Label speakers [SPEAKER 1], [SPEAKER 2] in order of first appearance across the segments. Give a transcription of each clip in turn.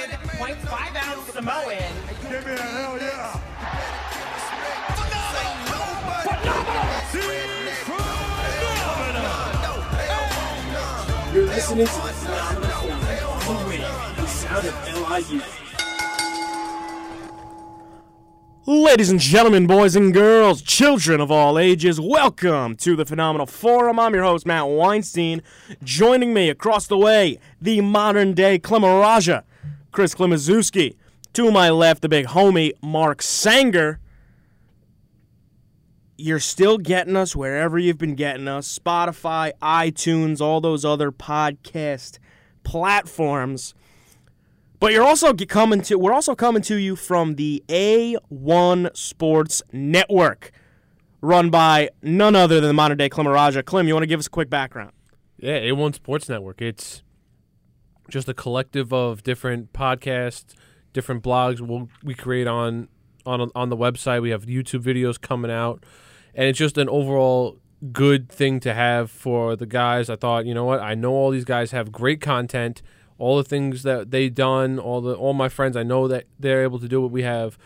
[SPEAKER 1] 5.5 ounce Samoan.
[SPEAKER 2] Give me a hell yeah.
[SPEAKER 3] You're listening to the Phenomenal Phenomenal Blue Wave, the sound of LIU.
[SPEAKER 4] Ladies and gentlemen, boys and girls, children of all ages, welcome to the Phenomenal Forum. I'm your host, Matt Weinstein. Joining me across the way, the modern day Clemaraja, Chris Klimaszewski. To my left, the big homie, Mark Sanger. You're still getting us wherever you've been getting us Spotify, iTunes, all those other podcast platforms. But you're also ge- coming to we're also coming to you from the A1 Sports Network, run by none other than the modern day Clem Araja. Clem, you want to give us a quick background?
[SPEAKER 5] Yeah, A1 Sports Network. It's just a collective of different podcasts, different blogs we'll, we create on on on the website. We have YouTube videos coming out, and it's just an overall good thing to have for the guys. I thought, you know what? I know all these guys have great content. All the things that they done, all the all my friends, I know that they're able to do what we have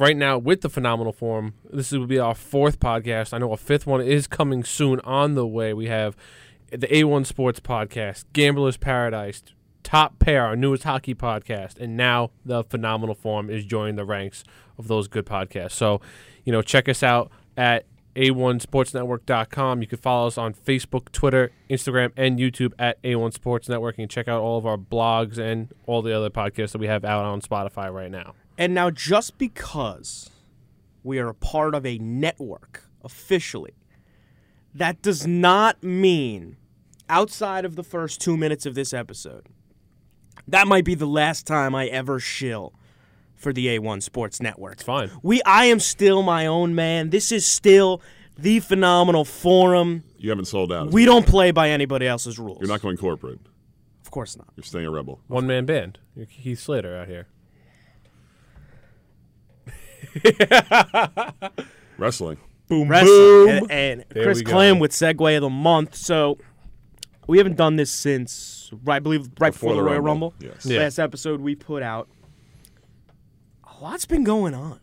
[SPEAKER 5] right now with the phenomenal form. This will be our fourth podcast. I know a fifth one is coming soon on the way. We have the A1 Sports podcast, Gambler's Paradise, Top Pair, our newest hockey podcast, and now the phenomenal form is joining the ranks of those good podcasts. So, you know, check us out at a1sportsnetwork.com. You can follow us on Facebook, Twitter, Instagram, and YouTube at A1 Sports Network. And check out all of our blogs and all the other podcasts that we have out on Spotify right now.
[SPEAKER 4] And now, just because we are a part of a network officially, that does not mean, outside of the first two minutes of this episode, that might be the last time I ever shill for the A1 Sports Network. It's
[SPEAKER 5] fine.
[SPEAKER 4] We, I am still my own man. This is still the phenomenal forum.
[SPEAKER 2] You haven't sold out.
[SPEAKER 4] We don't play by anybody else's rules.
[SPEAKER 2] You're not going corporate.
[SPEAKER 4] of course not.
[SPEAKER 2] You're staying a rebel.
[SPEAKER 5] One man band. You're Keith Slater out here.
[SPEAKER 2] Wrestling.
[SPEAKER 4] wrestling. And, and Chris
[SPEAKER 5] we go.
[SPEAKER 4] Clem with segue of the month. So we haven't done this since right, I believe right before, the Royal Rumble.
[SPEAKER 2] Yes.
[SPEAKER 5] Yeah.
[SPEAKER 4] Last episode we put out. A lot's been going on.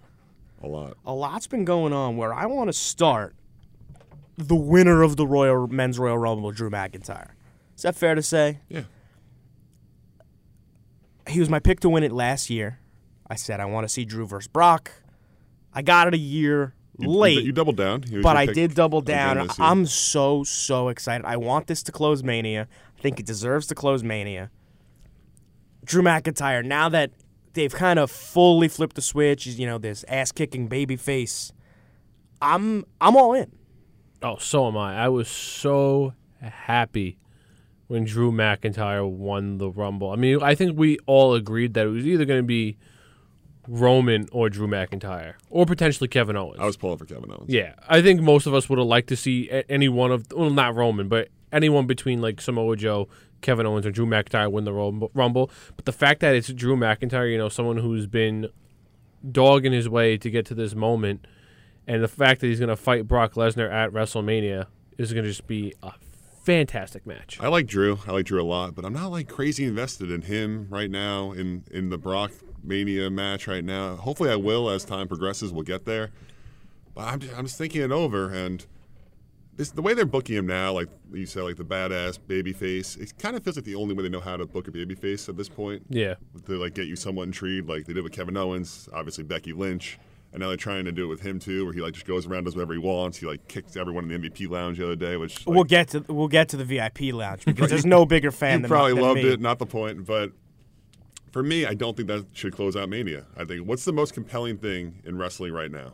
[SPEAKER 2] A lot.
[SPEAKER 4] A lot's been going on. Where I want to start, the winner of the Royal Men's Royal Rumble, Drew McIntyre. Is that fair to say?
[SPEAKER 2] Yeah.
[SPEAKER 4] He was my pick to win it last year. I said I want to see Drew versus Brock. I got it a year
[SPEAKER 2] You- you-
[SPEAKER 4] late.
[SPEAKER 2] You, doubled down. He was
[SPEAKER 4] but
[SPEAKER 2] your
[SPEAKER 4] I
[SPEAKER 2] pick
[SPEAKER 4] did double
[SPEAKER 2] again
[SPEAKER 4] down.
[SPEAKER 2] this year.
[SPEAKER 4] I'm so so excited. I want this to close Mania. I think it deserves to close Mania. Drew McIntyre. Now that they've kind of fully flipped the switch, he's, you know this ass kicking baby face. I'm I'm all in.
[SPEAKER 5] Oh, so am I. I was so happy when Drew McIntyre won the Rumble. I mean, I think we all agreed that it was either going to be Roman or Drew McIntyre, or potentially Kevin Owens.
[SPEAKER 2] I was pulling for Kevin Owens.
[SPEAKER 5] yeah, I think most of us would have liked to see a- any one of, well, not Roman, but anyone between like Samoa Joe, Kevin Owens, or Drew McIntyre win the Rumble. Rumble. But the fact that it's Drew McIntyre, you know, someone who's been dogging his way to get to this moment, and the fact that he's going to fight Brock Lesnar at WrestleMania is going to just be a fantastic match.
[SPEAKER 2] I like Drew. I like Drew a lot, but I'm not like crazy invested in him right now in in the Brock Mania match right now. Hopefully, I will as time progresses. We'll get there. But I'm just, I'm just thinking it over and. This, the way they're booking him now, like you said, like the badass baby face, it kind of feels like the only way they know how to book a baby face at this point.
[SPEAKER 5] Yeah,
[SPEAKER 2] to like get you somewhat intrigued, like they did with Kevin Owens, obviously Becky Lynch, and now they're trying to do it with him too, where he like just goes around does whatever he wants. He like kicked everyone in the MVP lounge the other day, which like,
[SPEAKER 4] we'll get to we'll get to the VIP lounge because there's no bigger fan
[SPEAKER 2] you
[SPEAKER 4] than
[SPEAKER 2] probably
[SPEAKER 4] than
[SPEAKER 2] loved
[SPEAKER 4] me.
[SPEAKER 2] it. Not the point, but for me, I don't think that should close out Mania. I think what's the most compelling thing in wrestling right now?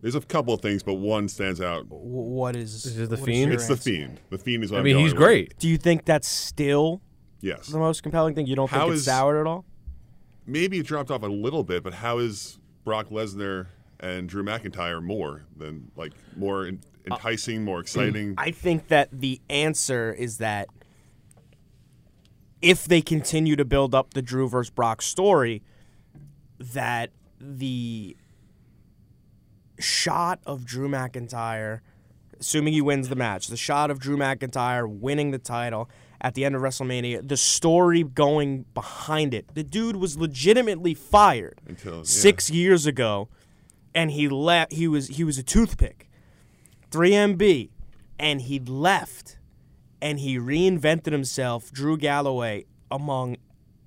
[SPEAKER 2] There's a couple of things, but one stands out.
[SPEAKER 4] Wh- What is
[SPEAKER 5] This is The
[SPEAKER 4] what your
[SPEAKER 5] Fiend?
[SPEAKER 2] It's the
[SPEAKER 4] answer?
[SPEAKER 2] Fiend. The Fiend is. What
[SPEAKER 5] I
[SPEAKER 2] I'm
[SPEAKER 5] mean
[SPEAKER 2] going
[SPEAKER 5] he's
[SPEAKER 2] with.
[SPEAKER 5] great.
[SPEAKER 4] Do you think that's still
[SPEAKER 2] Yes.
[SPEAKER 4] the most compelling thing? You don't
[SPEAKER 2] How
[SPEAKER 4] think it's
[SPEAKER 2] is-
[SPEAKER 4] soured at all?
[SPEAKER 2] maybe it dropped off a little bit, but how is Brock Lesnar and Drew McIntyre more than like more en-
[SPEAKER 5] Uh,
[SPEAKER 2] enticing, more exciting?
[SPEAKER 4] I think that the answer is that if they continue to build up the Drew versus Brock story, that the shot of Drew McIntyre, assuming he wins the match, the shot of Drew McIntyre winning the title at the end of WrestleMania, the story going behind it. The dude was legitimately fired
[SPEAKER 2] Until- yeah.
[SPEAKER 4] six years ago, and he left. He was he was a toothpick, 3MB, and he left, and he reinvented himself, Drew Galloway, among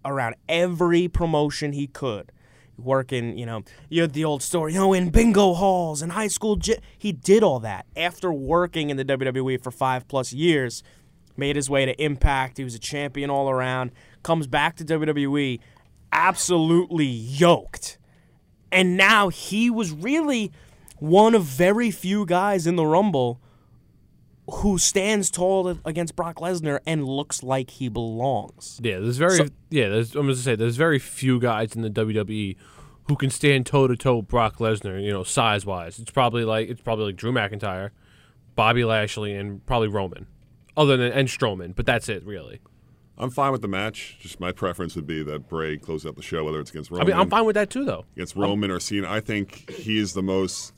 [SPEAKER 4] around every promotion he could. Working, you know, you had the old story, you know, in bingo halls and high school. Gy- he did all that after working in the WWE for five plus years. Made his way to Impact. He was a champion all around. Comes back to WWE, absolutely yoked. And now he was really one of very few guys in the Rumble who stands tall against Brock Lesnar and looks like he belongs.
[SPEAKER 5] Yeah, there's very yeah. There's, I'm gonna say there's very few guys in the WWE who can stand toe to toe Brock Lesnar. You know, size wise, it's probably like it's probably like Drew McIntyre, Bobby Lashley, and probably Roman, other than and Strowman. But that's it, really.
[SPEAKER 2] I'm fine with the match. Just my preference would be that Bray closes out the show, whether it's against
[SPEAKER 5] I
[SPEAKER 2] Roman,
[SPEAKER 5] mean, I'm fine with that too, though.
[SPEAKER 2] against
[SPEAKER 4] Um,
[SPEAKER 2] Roman or Cena. I think he is the most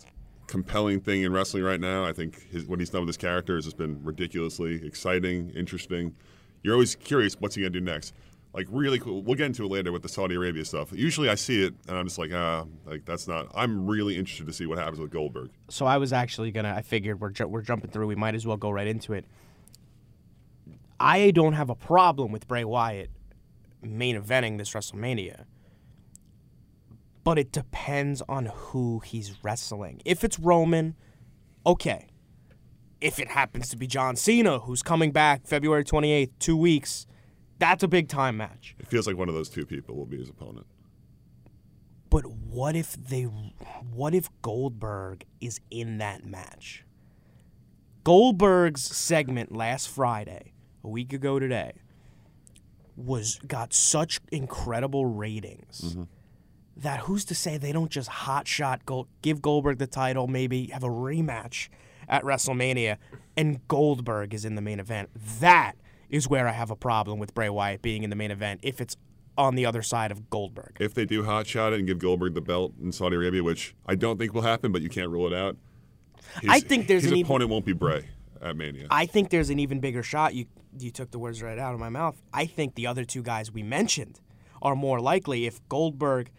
[SPEAKER 2] compelling thing in wrestling right now. I think his, what he's done with his character has just been ridiculously exciting, interesting. You're always curious what's he gonna do next. Like really cool. We'll get into it later with the Saudi Arabia stuff. Usually I see it and I'm just like, ah, like that's not. I'm really interested to see what happens with Goldberg.
[SPEAKER 4] so I was actually gonna. I figured we're ju- we're jumping through. We might as well go right into it. I don't have a problem with Bray Wyatt main eventing this WrestleMania, but it depends on who he's wrestling. If it's Roman, okay. If it happens to be John Cena, who's coming back February twenty eighth, two weeks, that's a big time match.
[SPEAKER 2] It feels like one of those two people will be his opponent.
[SPEAKER 4] But what if they what if Goldberg is in that match? Goldberg's segment last Friday, a week ago today, was got such incredible ratings that who's to say they don't just hot shot Gold, give Goldberg the title, maybe have a rematch at WrestleMania, and Goldberg is in the main event. That is where I have a problem with Bray Wyatt being in the main event if it's on the other side of Goldberg.
[SPEAKER 2] if they do hotshot it and give Goldberg the belt in Saudi Arabia, which I don't think will happen, but you can't rule it out. His,
[SPEAKER 4] I think there's
[SPEAKER 2] his
[SPEAKER 4] an even-
[SPEAKER 2] opponent won't be Bray at Mania.
[SPEAKER 4] I think there's an even bigger shot. You you took the words right out of my mouth. I think the other two guys we mentioned are more likely if Goldberg,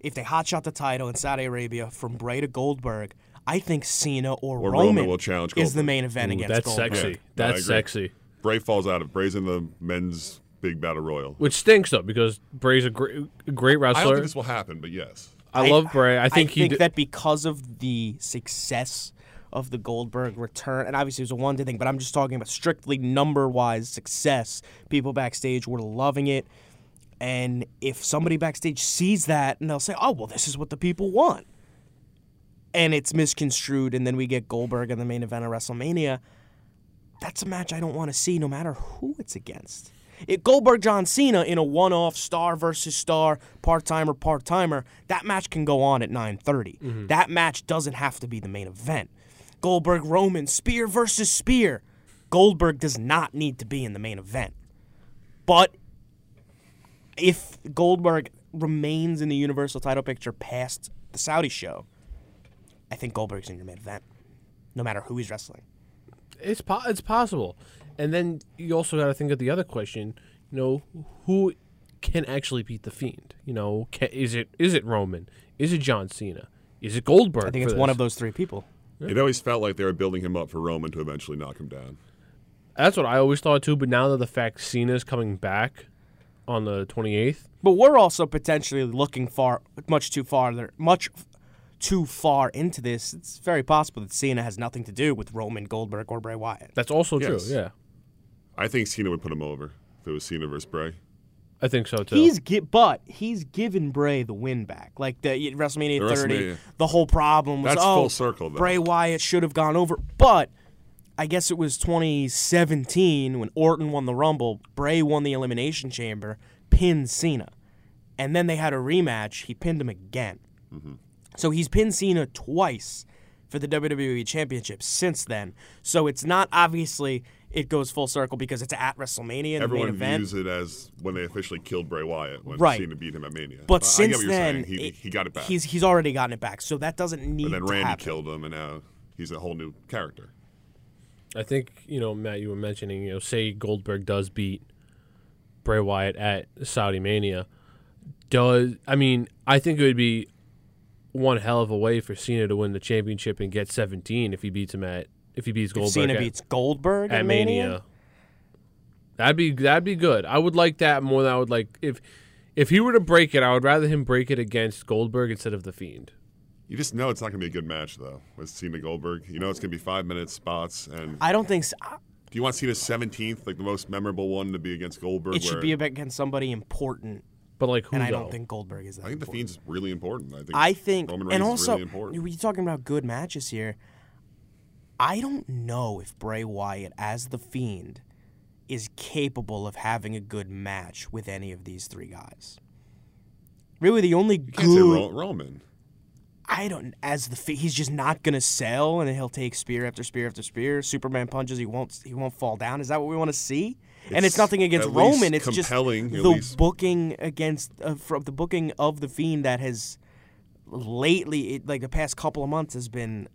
[SPEAKER 4] if they hotshot the title in Saudi Arabia from Bray to Goldberg. I think Cena or,
[SPEAKER 2] Or
[SPEAKER 4] Roman,
[SPEAKER 2] Roman will challenge
[SPEAKER 4] is the
[SPEAKER 2] Goldberg.
[SPEAKER 4] main event
[SPEAKER 5] Ooh,
[SPEAKER 4] against
[SPEAKER 5] that's
[SPEAKER 4] Goldberg.
[SPEAKER 5] sexy.
[SPEAKER 2] Yeah, I agree.
[SPEAKER 5] That's sexy.
[SPEAKER 2] Bray falls out of Bray's in the men's big battle royal.
[SPEAKER 5] Which stinks though, because Bray's a great, great
[SPEAKER 2] I don't
[SPEAKER 5] wrestler. I,
[SPEAKER 2] think this will happen, but yes.
[SPEAKER 5] love Bray. I think
[SPEAKER 4] I
[SPEAKER 5] he.
[SPEAKER 4] think
[SPEAKER 5] d-
[SPEAKER 4] that because of the success of the Goldberg return, and obviously it was a one day thing, but I'm just talking about strictly number wise success. People backstage were loving it. And if somebody backstage sees that and they'll say, oh, well, this is what the people want. And it's misconstrued, and then we get Goldberg in the main event of WrestleMania. That's a match I don't want to see no matter who it's against. It Goldberg John Cena in a one off star versus star, part timer, part timer, that match can go on at 930. That match doesn't have to be the main event. Goldberg Roman, spear versus spear. Goldberg does not need to be in the main event. But if Goldberg remains in the Universal title picture past the Saudi show, I think Goldberg's in your main event, no matter who he's wrestling.
[SPEAKER 5] It's po- it's possible, and then you also got to think of the other question. You know, who can actually beat the Fiend? You know, ca is it is it Roman? Is it John Cena? Is it Goldberg?
[SPEAKER 4] I think it's one of those three people.
[SPEAKER 2] It always felt like they were building him up for Roman to eventually knock him down.
[SPEAKER 5] That's what I always thought too. But now that the fact Cena's coming back on the twenty eighth,
[SPEAKER 4] But we're also potentially looking far, much too farther, much f- too far into this. It's very possible that Cena has nothing to do with Roman Goldberg or Bray Wyatt.
[SPEAKER 5] that's also
[SPEAKER 2] Yes.
[SPEAKER 5] true. Yeah,
[SPEAKER 2] I think Cena would put him over if it was Cena versus Bray.
[SPEAKER 5] I think so too.
[SPEAKER 4] He's gi- but he's given Bray the win back, like the at WrestleMania
[SPEAKER 2] The
[SPEAKER 4] 30.
[SPEAKER 2] WrestleMania.
[SPEAKER 4] The whole problem was
[SPEAKER 2] That's
[SPEAKER 4] oh,
[SPEAKER 2] full circle, though.
[SPEAKER 4] Bray Wyatt should have gone over, but I guess it was 2017 when Orton won the Rumble. Bray won the Elimination Chamber, pinned Cena, and then they had a rematch. He pinned him again.
[SPEAKER 2] Mm-hmm.
[SPEAKER 4] So he's pinned Cena twice for the WWE Championship since then. So it's not obviously it goes full circle because it's at WrestleMania in
[SPEAKER 2] Everyone
[SPEAKER 4] the main event.
[SPEAKER 2] views it as when they officially killed Bray Wyatt when
[SPEAKER 4] Right.
[SPEAKER 2] Cena beat him at Mania.
[SPEAKER 4] But
[SPEAKER 2] I
[SPEAKER 4] since
[SPEAKER 2] get what you're
[SPEAKER 4] then,
[SPEAKER 2] saying. He,
[SPEAKER 4] it-
[SPEAKER 2] he got it back.
[SPEAKER 4] He's he's already gotten it back, so that doesn't need
[SPEAKER 2] and then
[SPEAKER 4] to
[SPEAKER 2] Randy
[SPEAKER 4] happen.
[SPEAKER 2] killed him, and now he's a whole new character.
[SPEAKER 5] I think you know Matt. You were mentioning you know say Goldberg does beat Bray Wyatt at Saudi Mania. Does I mean I think it would be one hell of a way for Cena to win the championship and get 17 if he beats him at if he beats Goldberg
[SPEAKER 4] Cena
[SPEAKER 5] at,
[SPEAKER 4] beats Goldberg
[SPEAKER 5] at Mania. That'd be that'd be good. I would like that more than I would like if if he were to break it. I would rather him break it against Goldberg instead of the Fiend.
[SPEAKER 2] You just know it's not going to be a good match though with Cena Goldberg. You know it's going to be five minute spots. And
[SPEAKER 4] I don't think s I
[SPEAKER 2] do you want Cena's seventeenth, like the most memorable one, to be against Goldberg?
[SPEAKER 4] it should
[SPEAKER 2] where-
[SPEAKER 4] be against somebody important,
[SPEAKER 5] But like who
[SPEAKER 4] and I
[SPEAKER 5] though?
[SPEAKER 4] don't think Goldberg is that.
[SPEAKER 2] I think the
[SPEAKER 4] important.
[SPEAKER 2] Fiend's really important. I think.
[SPEAKER 4] I think,
[SPEAKER 2] Roman Reigns
[SPEAKER 4] and also,
[SPEAKER 2] is really important.
[SPEAKER 4] you're talking about good matches here. I don't know if Bray Wyatt, as the Fiend, is capable of having a good match with any of these three guys. Really, the only
[SPEAKER 2] You can't say
[SPEAKER 4] good
[SPEAKER 2] Ro- Roman.
[SPEAKER 4] I don't as the Fiend, he's just not gonna sell, and he'll take spear after spear after spear. Superman punches, he won't he won't fall down. Is that what we want to see? and it's
[SPEAKER 2] It's
[SPEAKER 4] nothing against
[SPEAKER 2] at
[SPEAKER 4] Roman.
[SPEAKER 2] least
[SPEAKER 4] It's just
[SPEAKER 2] compelling, at
[SPEAKER 4] the
[SPEAKER 2] least.
[SPEAKER 4] booking against uh, from the booking of the Fiend that has lately, it, like the past couple of months, has been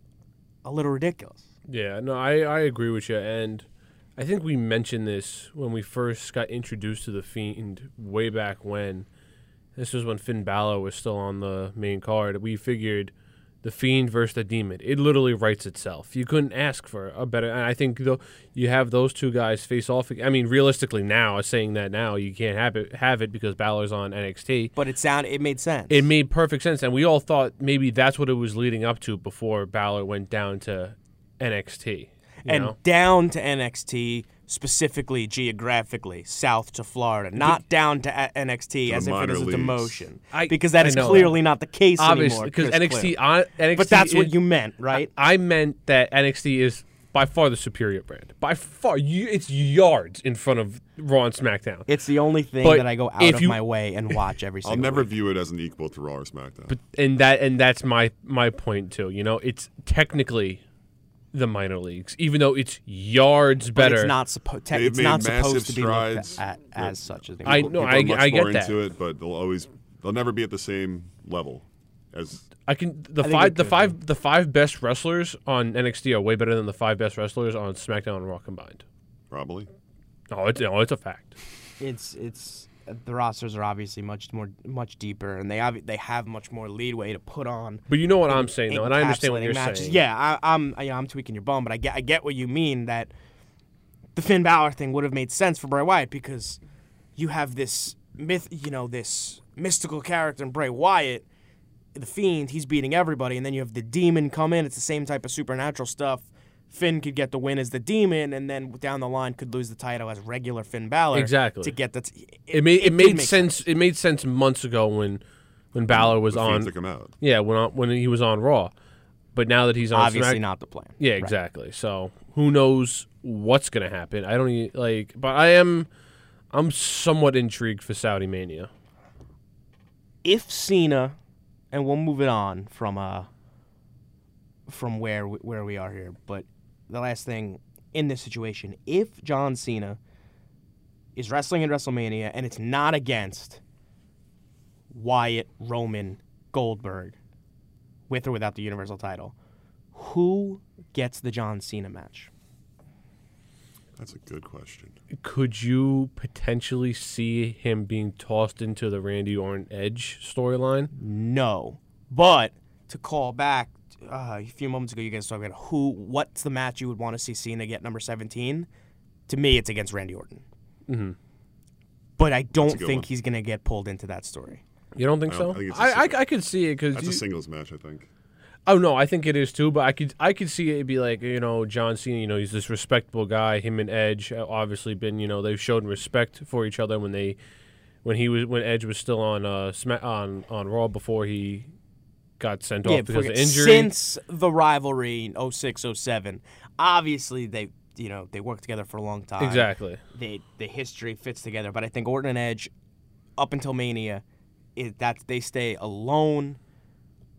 [SPEAKER 4] a little ridiculous.
[SPEAKER 5] Yeah, no, I, I agree with you. And I think we mentioned this when we first got introduced to The Fiend way back when. This was when Finn Balor was still on the main card. We figured The Fiend versus the Demon. It literally writes itself. You couldn't ask for a better. And I think though you have those two guys face off. ag- I mean, realistically, now, saying that now, you can't have it, have it because Balor's on NXT.
[SPEAKER 4] But it sound it made sense.
[SPEAKER 5] It made perfect sense, and we all thought maybe that's what it was leading up to before Balor went down to NXT. you
[SPEAKER 4] and
[SPEAKER 5] know?
[SPEAKER 4] down to NXT specifically geographically south to Florida, not down to uh, a- NXT as if it
[SPEAKER 2] minor
[SPEAKER 4] is a
[SPEAKER 2] leagues.
[SPEAKER 4] demotion,
[SPEAKER 5] I-
[SPEAKER 4] because that
[SPEAKER 5] I
[SPEAKER 4] is
[SPEAKER 5] know that.
[SPEAKER 4] clearly not the case
[SPEAKER 5] obviously
[SPEAKER 4] anymore.
[SPEAKER 5] because
[SPEAKER 4] Chris,
[SPEAKER 5] NXT,
[SPEAKER 4] clearly.
[SPEAKER 5] on, NXT,
[SPEAKER 4] but that's what
[SPEAKER 5] is-
[SPEAKER 4] you meant, right?
[SPEAKER 5] I meant that NXT is by far the superior brand. By far, you, it's yards in front of Raw and SmackDown.
[SPEAKER 4] it's the only thing
[SPEAKER 5] But
[SPEAKER 4] that I go out
[SPEAKER 5] if
[SPEAKER 4] of
[SPEAKER 5] you-
[SPEAKER 4] my way and watch every
[SPEAKER 2] I'll
[SPEAKER 4] single.
[SPEAKER 2] never
[SPEAKER 4] week.
[SPEAKER 2] view it as an equal to Raw or SmackDown.
[SPEAKER 5] but and that and that's my my point too. You know, it's technically the minor leagues, even though it's yards
[SPEAKER 4] But
[SPEAKER 5] better.
[SPEAKER 4] It's not supposed. Te-
[SPEAKER 2] They've
[SPEAKER 4] it's not
[SPEAKER 2] made massive
[SPEAKER 4] supposed to be looked
[SPEAKER 2] strides.
[SPEAKER 4] at as such as
[SPEAKER 5] I-
[SPEAKER 2] People-
[SPEAKER 5] no,
[SPEAKER 2] people are much
[SPEAKER 5] I
[SPEAKER 2] more
[SPEAKER 5] get that.
[SPEAKER 2] into it, but they'll always they'll never be at the same level as
[SPEAKER 5] I can the
[SPEAKER 4] think
[SPEAKER 5] five
[SPEAKER 4] it
[SPEAKER 5] the
[SPEAKER 4] could
[SPEAKER 5] five the five best wrestlers on NXT are way better than the five best wrestlers on SmackDown and Raw combined.
[SPEAKER 2] probably.
[SPEAKER 5] No, it's no, it's a fact.
[SPEAKER 4] it's it's the rosters are obviously much more much deeper, and they obvi- they have much more leadway to put on
[SPEAKER 5] But you know what I'm saying though, and I understand what
[SPEAKER 4] encapsulating
[SPEAKER 5] you're
[SPEAKER 4] matches.
[SPEAKER 5] saying.
[SPEAKER 4] Yeah, I, I'm I, you know, I'm tweaking your bum, but I get I get what you mean that the Finn Balor thing would have made sense for Bray Wyatt because you have this myth, you know, this mystical character in Bray Wyatt, the Fiend. He's beating everybody, and then you have the Demon come in. It's the same type of supernatural stuff. Finn could get the win as the Demon, and then down the line could lose the title as regular Finn Balor.
[SPEAKER 5] Exactly.
[SPEAKER 4] To get the t-
[SPEAKER 5] it made it,
[SPEAKER 4] did
[SPEAKER 5] made
[SPEAKER 4] make
[SPEAKER 5] sense. It made sense months ago when when Balor was
[SPEAKER 2] The Fiend
[SPEAKER 5] on.
[SPEAKER 2] took him out.
[SPEAKER 5] Yeah, when on, when he was on Raw, but now that he's on
[SPEAKER 4] Obviously
[SPEAKER 5] Smack-
[SPEAKER 4] not the plan.
[SPEAKER 5] Yeah, exactly. So who knows what's gonna happen? I don't e like, but I am. I'm somewhat intrigued for Saudi Mania.
[SPEAKER 4] if Cena, and we'll move it on from uh from where we, where we are here, but the last thing in this situation, if John Cena is wrestling at WrestleMania and it's not against Wyatt, Roman, Goldberg, with or without the Universal title, who gets the John Cena match?
[SPEAKER 2] That's a good question.
[SPEAKER 5] Could you potentially see him being tossed into the Randy Orton Edge storyline?
[SPEAKER 4] No. But to call back uh, a few moments ago, you guys talked about who, what's the match you would want to see Cena get number 17. To me, it's against Randy Orton. Mm-hmm. But I don't
[SPEAKER 2] good
[SPEAKER 4] think
[SPEAKER 2] one.
[SPEAKER 4] he's going to get pulled into that story.
[SPEAKER 5] You don't think
[SPEAKER 2] I
[SPEAKER 5] so?
[SPEAKER 2] don't think it's a
[SPEAKER 5] I, I
[SPEAKER 2] single.
[SPEAKER 5] I could see it
[SPEAKER 2] That's a
[SPEAKER 5] because
[SPEAKER 2] singles match, I think.
[SPEAKER 5] Oh no, I think it is too. But I could I could see it be like you know John Cena. You know he's this respectable guy. Him and Edge uh, obviously been you know they've shown respect for each other when they when he was when Edge was still on uh Sma- on on Raw before he got sent off because of
[SPEAKER 4] forget-
[SPEAKER 5] injury.
[SPEAKER 4] Since the rivalry in 06 07, obviously they. You know they worked together for a long time.
[SPEAKER 5] exactly.
[SPEAKER 4] They the history fits together, but I think Orton and Edge, up until Mania, it, that they stay alone.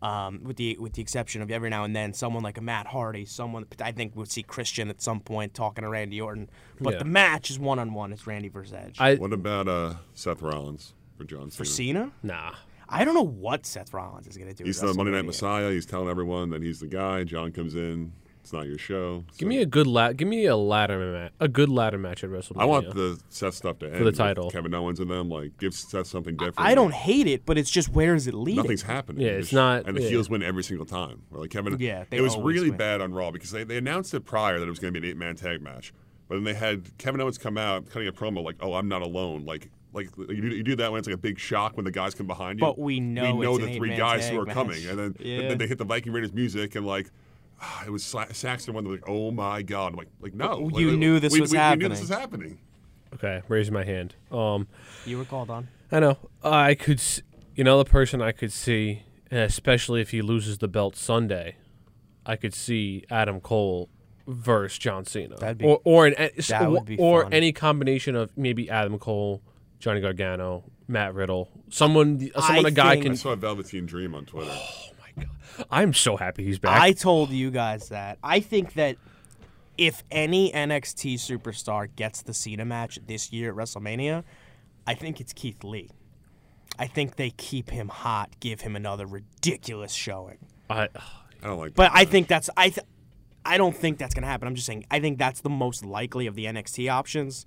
[SPEAKER 4] um, with the with the exception of every now and then someone like a Matt Hardy, someone I think would see Christian at some point talking to Randy Orton. But
[SPEAKER 5] Yeah.
[SPEAKER 4] the match is one on one. It's Randy versus Edge.
[SPEAKER 5] I
[SPEAKER 2] What about uh, Seth Rollins for John
[SPEAKER 4] For Cena,
[SPEAKER 2] Cena?
[SPEAKER 5] nah.
[SPEAKER 4] I don't know what Seth Rollins is going to do.
[SPEAKER 2] he's
[SPEAKER 4] at
[SPEAKER 2] the Monday Night
[SPEAKER 4] WrestleMania.
[SPEAKER 2] Messiah. He's telling everyone that he's the guy. John comes in. It's not your show.
[SPEAKER 5] Give me a good lat. Give me a ladder match. A good ladder match at WrestleMania.
[SPEAKER 2] I want the Seth stuff to end
[SPEAKER 5] the
[SPEAKER 2] with
[SPEAKER 5] title.
[SPEAKER 2] Kevin Owens and them like give Seth something different.
[SPEAKER 4] I don't hate it, but it's just where is it leading?
[SPEAKER 2] Nothing's happening.
[SPEAKER 5] Yeah, it's not-
[SPEAKER 2] And the
[SPEAKER 5] yeah.
[SPEAKER 2] heels win every single time. Or like Kevin.
[SPEAKER 4] Yeah, they
[SPEAKER 2] it was
[SPEAKER 4] always
[SPEAKER 2] really
[SPEAKER 4] win.
[SPEAKER 2] bad on Raw because they, they announced it prior that it was going to be an eight man tag match, but then they had Kevin Owens come out cutting a promo like, "Oh, I'm not alone." Like. Like you do, you do that when it's like a big shock when the guys come behind you.
[SPEAKER 4] But we know
[SPEAKER 2] we know
[SPEAKER 4] it's an
[SPEAKER 2] the three
[SPEAKER 4] eight-man
[SPEAKER 2] guys who
[SPEAKER 4] tag
[SPEAKER 2] are
[SPEAKER 4] match.
[SPEAKER 2] coming, and then,
[SPEAKER 4] Yeah.
[SPEAKER 2] then they hit the Viking Raiders music and like ah, it was Sla- Saxon one. They're like, "Oh my god!" I'm like, like no,
[SPEAKER 4] You
[SPEAKER 2] Like,
[SPEAKER 4] knew this
[SPEAKER 2] we-
[SPEAKER 4] was
[SPEAKER 2] we- We knew
[SPEAKER 4] happening.
[SPEAKER 2] this was happening.
[SPEAKER 5] Okay, raise my hand. Um,
[SPEAKER 4] You were called on.
[SPEAKER 5] I know. I could. s- You know, the person I could see, and especially if he loses the belt Sunday, I could see Adam Cole versus John Cena,
[SPEAKER 4] That'd be-
[SPEAKER 5] or or an, eh,
[SPEAKER 4] that would be
[SPEAKER 5] or
[SPEAKER 4] fun.
[SPEAKER 5] any combination of maybe Adam Cole, Johnny Gargano, Matt Riddle, someone, someone, a guy
[SPEAKER 4] think-
[SPEAKER 5] can.
[SPEAKER 2] I saw Velveteen Dream on Twitter.
[SPEAKER 5] I'm so happy he's back.
[SPEAKER 4] I told you guys that. I think that if any NXT superstar gets the Cena match this year at WrestleMania, I think it's Keith Lee. I think they keep him hot, give him another ridiculous showing.
[SPEAKER 5] I,
[SPEAKER 2] I don't like.
[SPEAKER 4] But
[SPEAKER 2] that.
[SPEAKER 4] I think that's I th- I don't think that's going to happen. I'm just saying I think that's the most likely of the NXT options.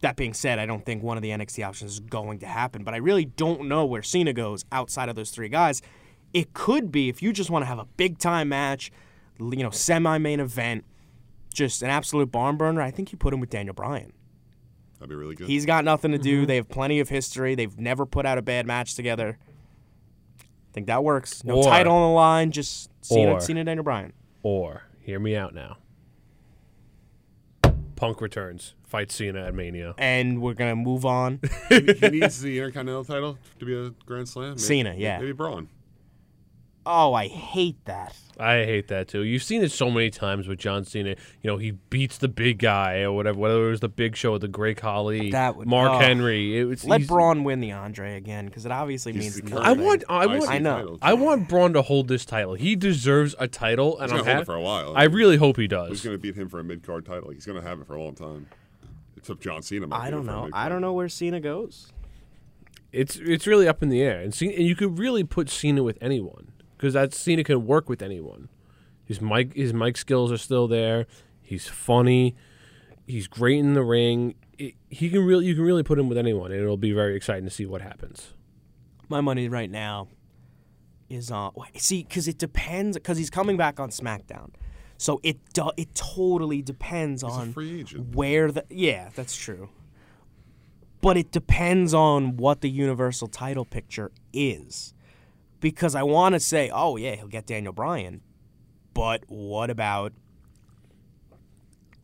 [SPEAKER 4] That being said, I don't think one of the NXT options is going to happen, but I really don't know where Cena goes outside of those three guys. It could be if you just want to have a big time match, you know, semi main event, just an absolute barn burner. I think you put him with Daniel Bryan.
[SPEAKER 2] that'd be really good.
[SPEAKER 4] He's got nothing to
[SPEAKER 5] Mm-hmm.
[SPEAKER 4] do. They have plenty of history. They've never put out a bad match together. I think that works. No
[SPEAKER 5] Or-
[SPEAKER 4] title on the line, just Cena,
[SPEAKER 5] or-
[SPEAKER 4] Cena Daniel Bryan.
[SPEAKER 5] or hear me out now. Punk returns, fights Cena at Mania.
[SPEAKER 4] and we're gonna move on.
[SPEAKER 2] he needs the Intercontinental title to be a Grand Slam. Maybe,
[SPEAKER 4] Cena, yeah.
[SPEAKER 2] Maybe Braun.
[SPEAKER 4] oh, I hate that.
[SPEAKER 5] I hate that too. You've seen it so many times with John Cena. You know, he beats the big guy or whatever, whether it was the big show, the Great Khali,
[SPEAKER 4] That would-
[SPEAKER 5] Mark
[SPEAKER 4] oh.
[SPEAKER 5] Henry. It was
[SPEAKER 4] Let
[SPEAKER 5] he's-
[SPEAKER 4] Braun win the Andre again because it obviously means
[SPEAKER 2] the
[SPEAKER 4] nothing.
[SPEAKER 2] current
[SPEAKER 5] I want I want
[SPEAKER 2] IC
[SPEAKER 4] I know.
[SPEAKER 2] title.
[SPEAKER 5] I want Braun to hold this title. He deserves a title and
[SPEAKER 2] He's
[SPEAKER 5] I'm
[SPEAKER 2] gonna hold
[SPEAKER 5] happy.
[SPEAKER 2] it for a while.
[SPEAKER 5] I really hope he
[SPEAKER 2] Who's
[SPEAKER 5] does.
[SPEAKER 2] going to beat him for a mid card title? He's going to have it for a long time. Except John Cena. Might
[SPEAKER 4] I
[SPEAKER 2] beat
[SPEAKER 4] don't
[SPEAKER 2] him for a
[SPEAKER 4] know.
[SPEAKER 2] mid-card.
[SPEAKER 4] I don't know where Cena goes.
[SPEAKER 5] It's it's really up in the air. And Cena, and you could really put Cena with anyone cuz that Cena can work with anyone. His mic his mic skills are still there. He's funny. He's great in the ring. It, he can really you can really put him with anyone and it'll be very exciting to see what happens.
[SPEAKER 4] My money right now is on. See, because it depends. Because he's coming back on SmackDown, so it do, it totally depends on
[SPEAKER 2] free agent.
[SPEAKER 4] where the yeah, that's true. But it depends on what the universal title picture is, because I want to say, oh yeah, he'll get Daniel Bryan, but what about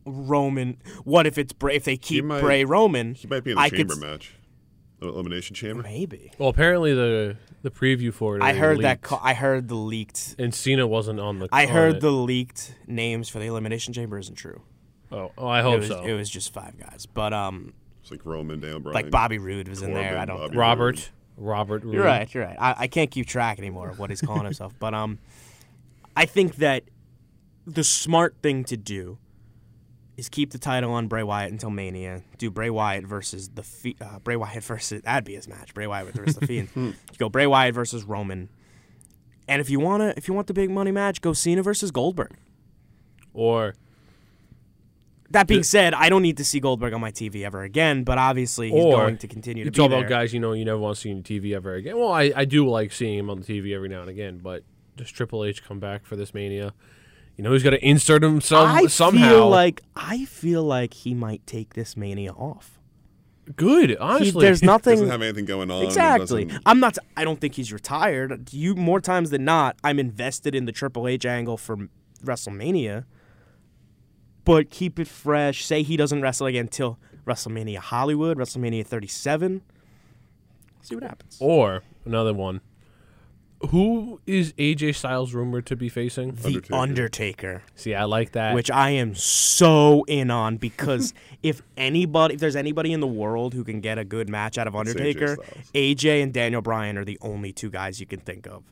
[SPEAKER 4] Roman? What if it's Bray? If they keep
[SPEAKER 2] might-
[SPEAKER 4] Bray Roman,
[SPEAKER 2] He might be in the
[SPEAKER 4] I could
[SPEAKER 2] chamber
[SPEAKER 4] s-
[SPEAKER 2] match. Little elimination chamber.
[SPEAKER 4] Maybe
[SPEAKER 5] Well, apparently the the preview for it.
[SPEAKER 4] I
[SPEAKER 5] already
[SPEAKER 4] heard that.
[SPEAKER 5] leaked,
[SPEAKER 4] Call, I heard the leaked
[SPEAKER 5] and Cena wasn't on the.
[SPEAKER 4] I
[SPEAKER 5] on
[SPEAKER 4] heard
[SPEAKER 5] it.
[SPEAKER 4] the leaked names for the Elimination Chamber isn't true.
[SPEAKER 5] Oh, oh, I
[SPEAKER 4] It
[SPEAKER 5] hope
[SPEAKER 4] was,
[SPEAKER 5] so.
[SPEAKER 4] it was just five guys, but um,
[SPEAKER 2] It's like Roman, Daniel Bryan.
[SPEAKER 4] like Bobby Roode was in there.
[SPEAKER 2] Corbin,
[SPEAKER 4] I don't.
[SPEAKER 2] Bobby
[SPEAKER 5] Robert. Robert. Roode.
[SPEAKER 4] You're right. You're right. I, I can't keep track anymore of what he's calling himself, but um, I think that the smart thing to do is keep the title on Bray Wyatt until Mania. Do Bray Wyatt versus the Fe- uh, Bray Wyatt versus that'd be his match. Bray Wyatt versus the Fiend.
[SPEAKER 2] Hmm.
[SPEAKER 4] You go Bray Wyatt versus Roman, and if you wanna, if you want the big money match, go Cena versus Goldberg.
[SPEAKER 5] Or
[SPEAKER 4] That being said, I don't need to see Goldberg on my TV ever again, but obviously he's
[SPEAKER 5] or
[SPEAKER 4] going to continue to
[SPEAKER 5] It's
[SPEAKER 4] be
[SPEAKER 5] all
[SPEAKER 4] there.
[SPEAKER 5] about guys you know you never want to see on TV ever again. Well, I, I do like seeing him on the TV every now and again, but does Triple H come back for this Mania? You know he's got to insert himself
[SPEAKER 4] I
[SPEAKER 5] um, somehow.
[SPEAKER 4] feel like I feel like he might take this mania off.
[SPEAKER 5] good,
[SPEAKER 4] He-
[SPEAKER 5] honestly.
[SPEAKER 4] there's
[SPEAKER 2] Doesn't
[SPEAKER 4] nothing
[SPEAKER 2] have anything going on.
[SPEAKER 4] exactly.
[SPEAKER 2] doesn't-
[SPEAKER 4] I'm not. I don't think he's retired. You more times than not, I'm invested in the Triple H angle for WrestleMania. But keep it fresh. Say he doesn't wrestle again until WrestleMania Hollywood, WrestleMania 37. See what happens.
[SPEAKER 5] or another one. Who is AJ Styles rumored to be facing?
[SPEAKER 4] the
[SPEAKER 2] Undertaker.
[SPEAKER 4] Undertaker.
[SPEAKER 5] See, I like that.
[SPEAKER 4] which I am so in on because if anybody, if there's anybody in the world who can get a good match out of Undertaker,
[SPEAKER 2] Styles.
[SPEAKER 4] AJ, and Daniel Bryan are the only two guys you can think of.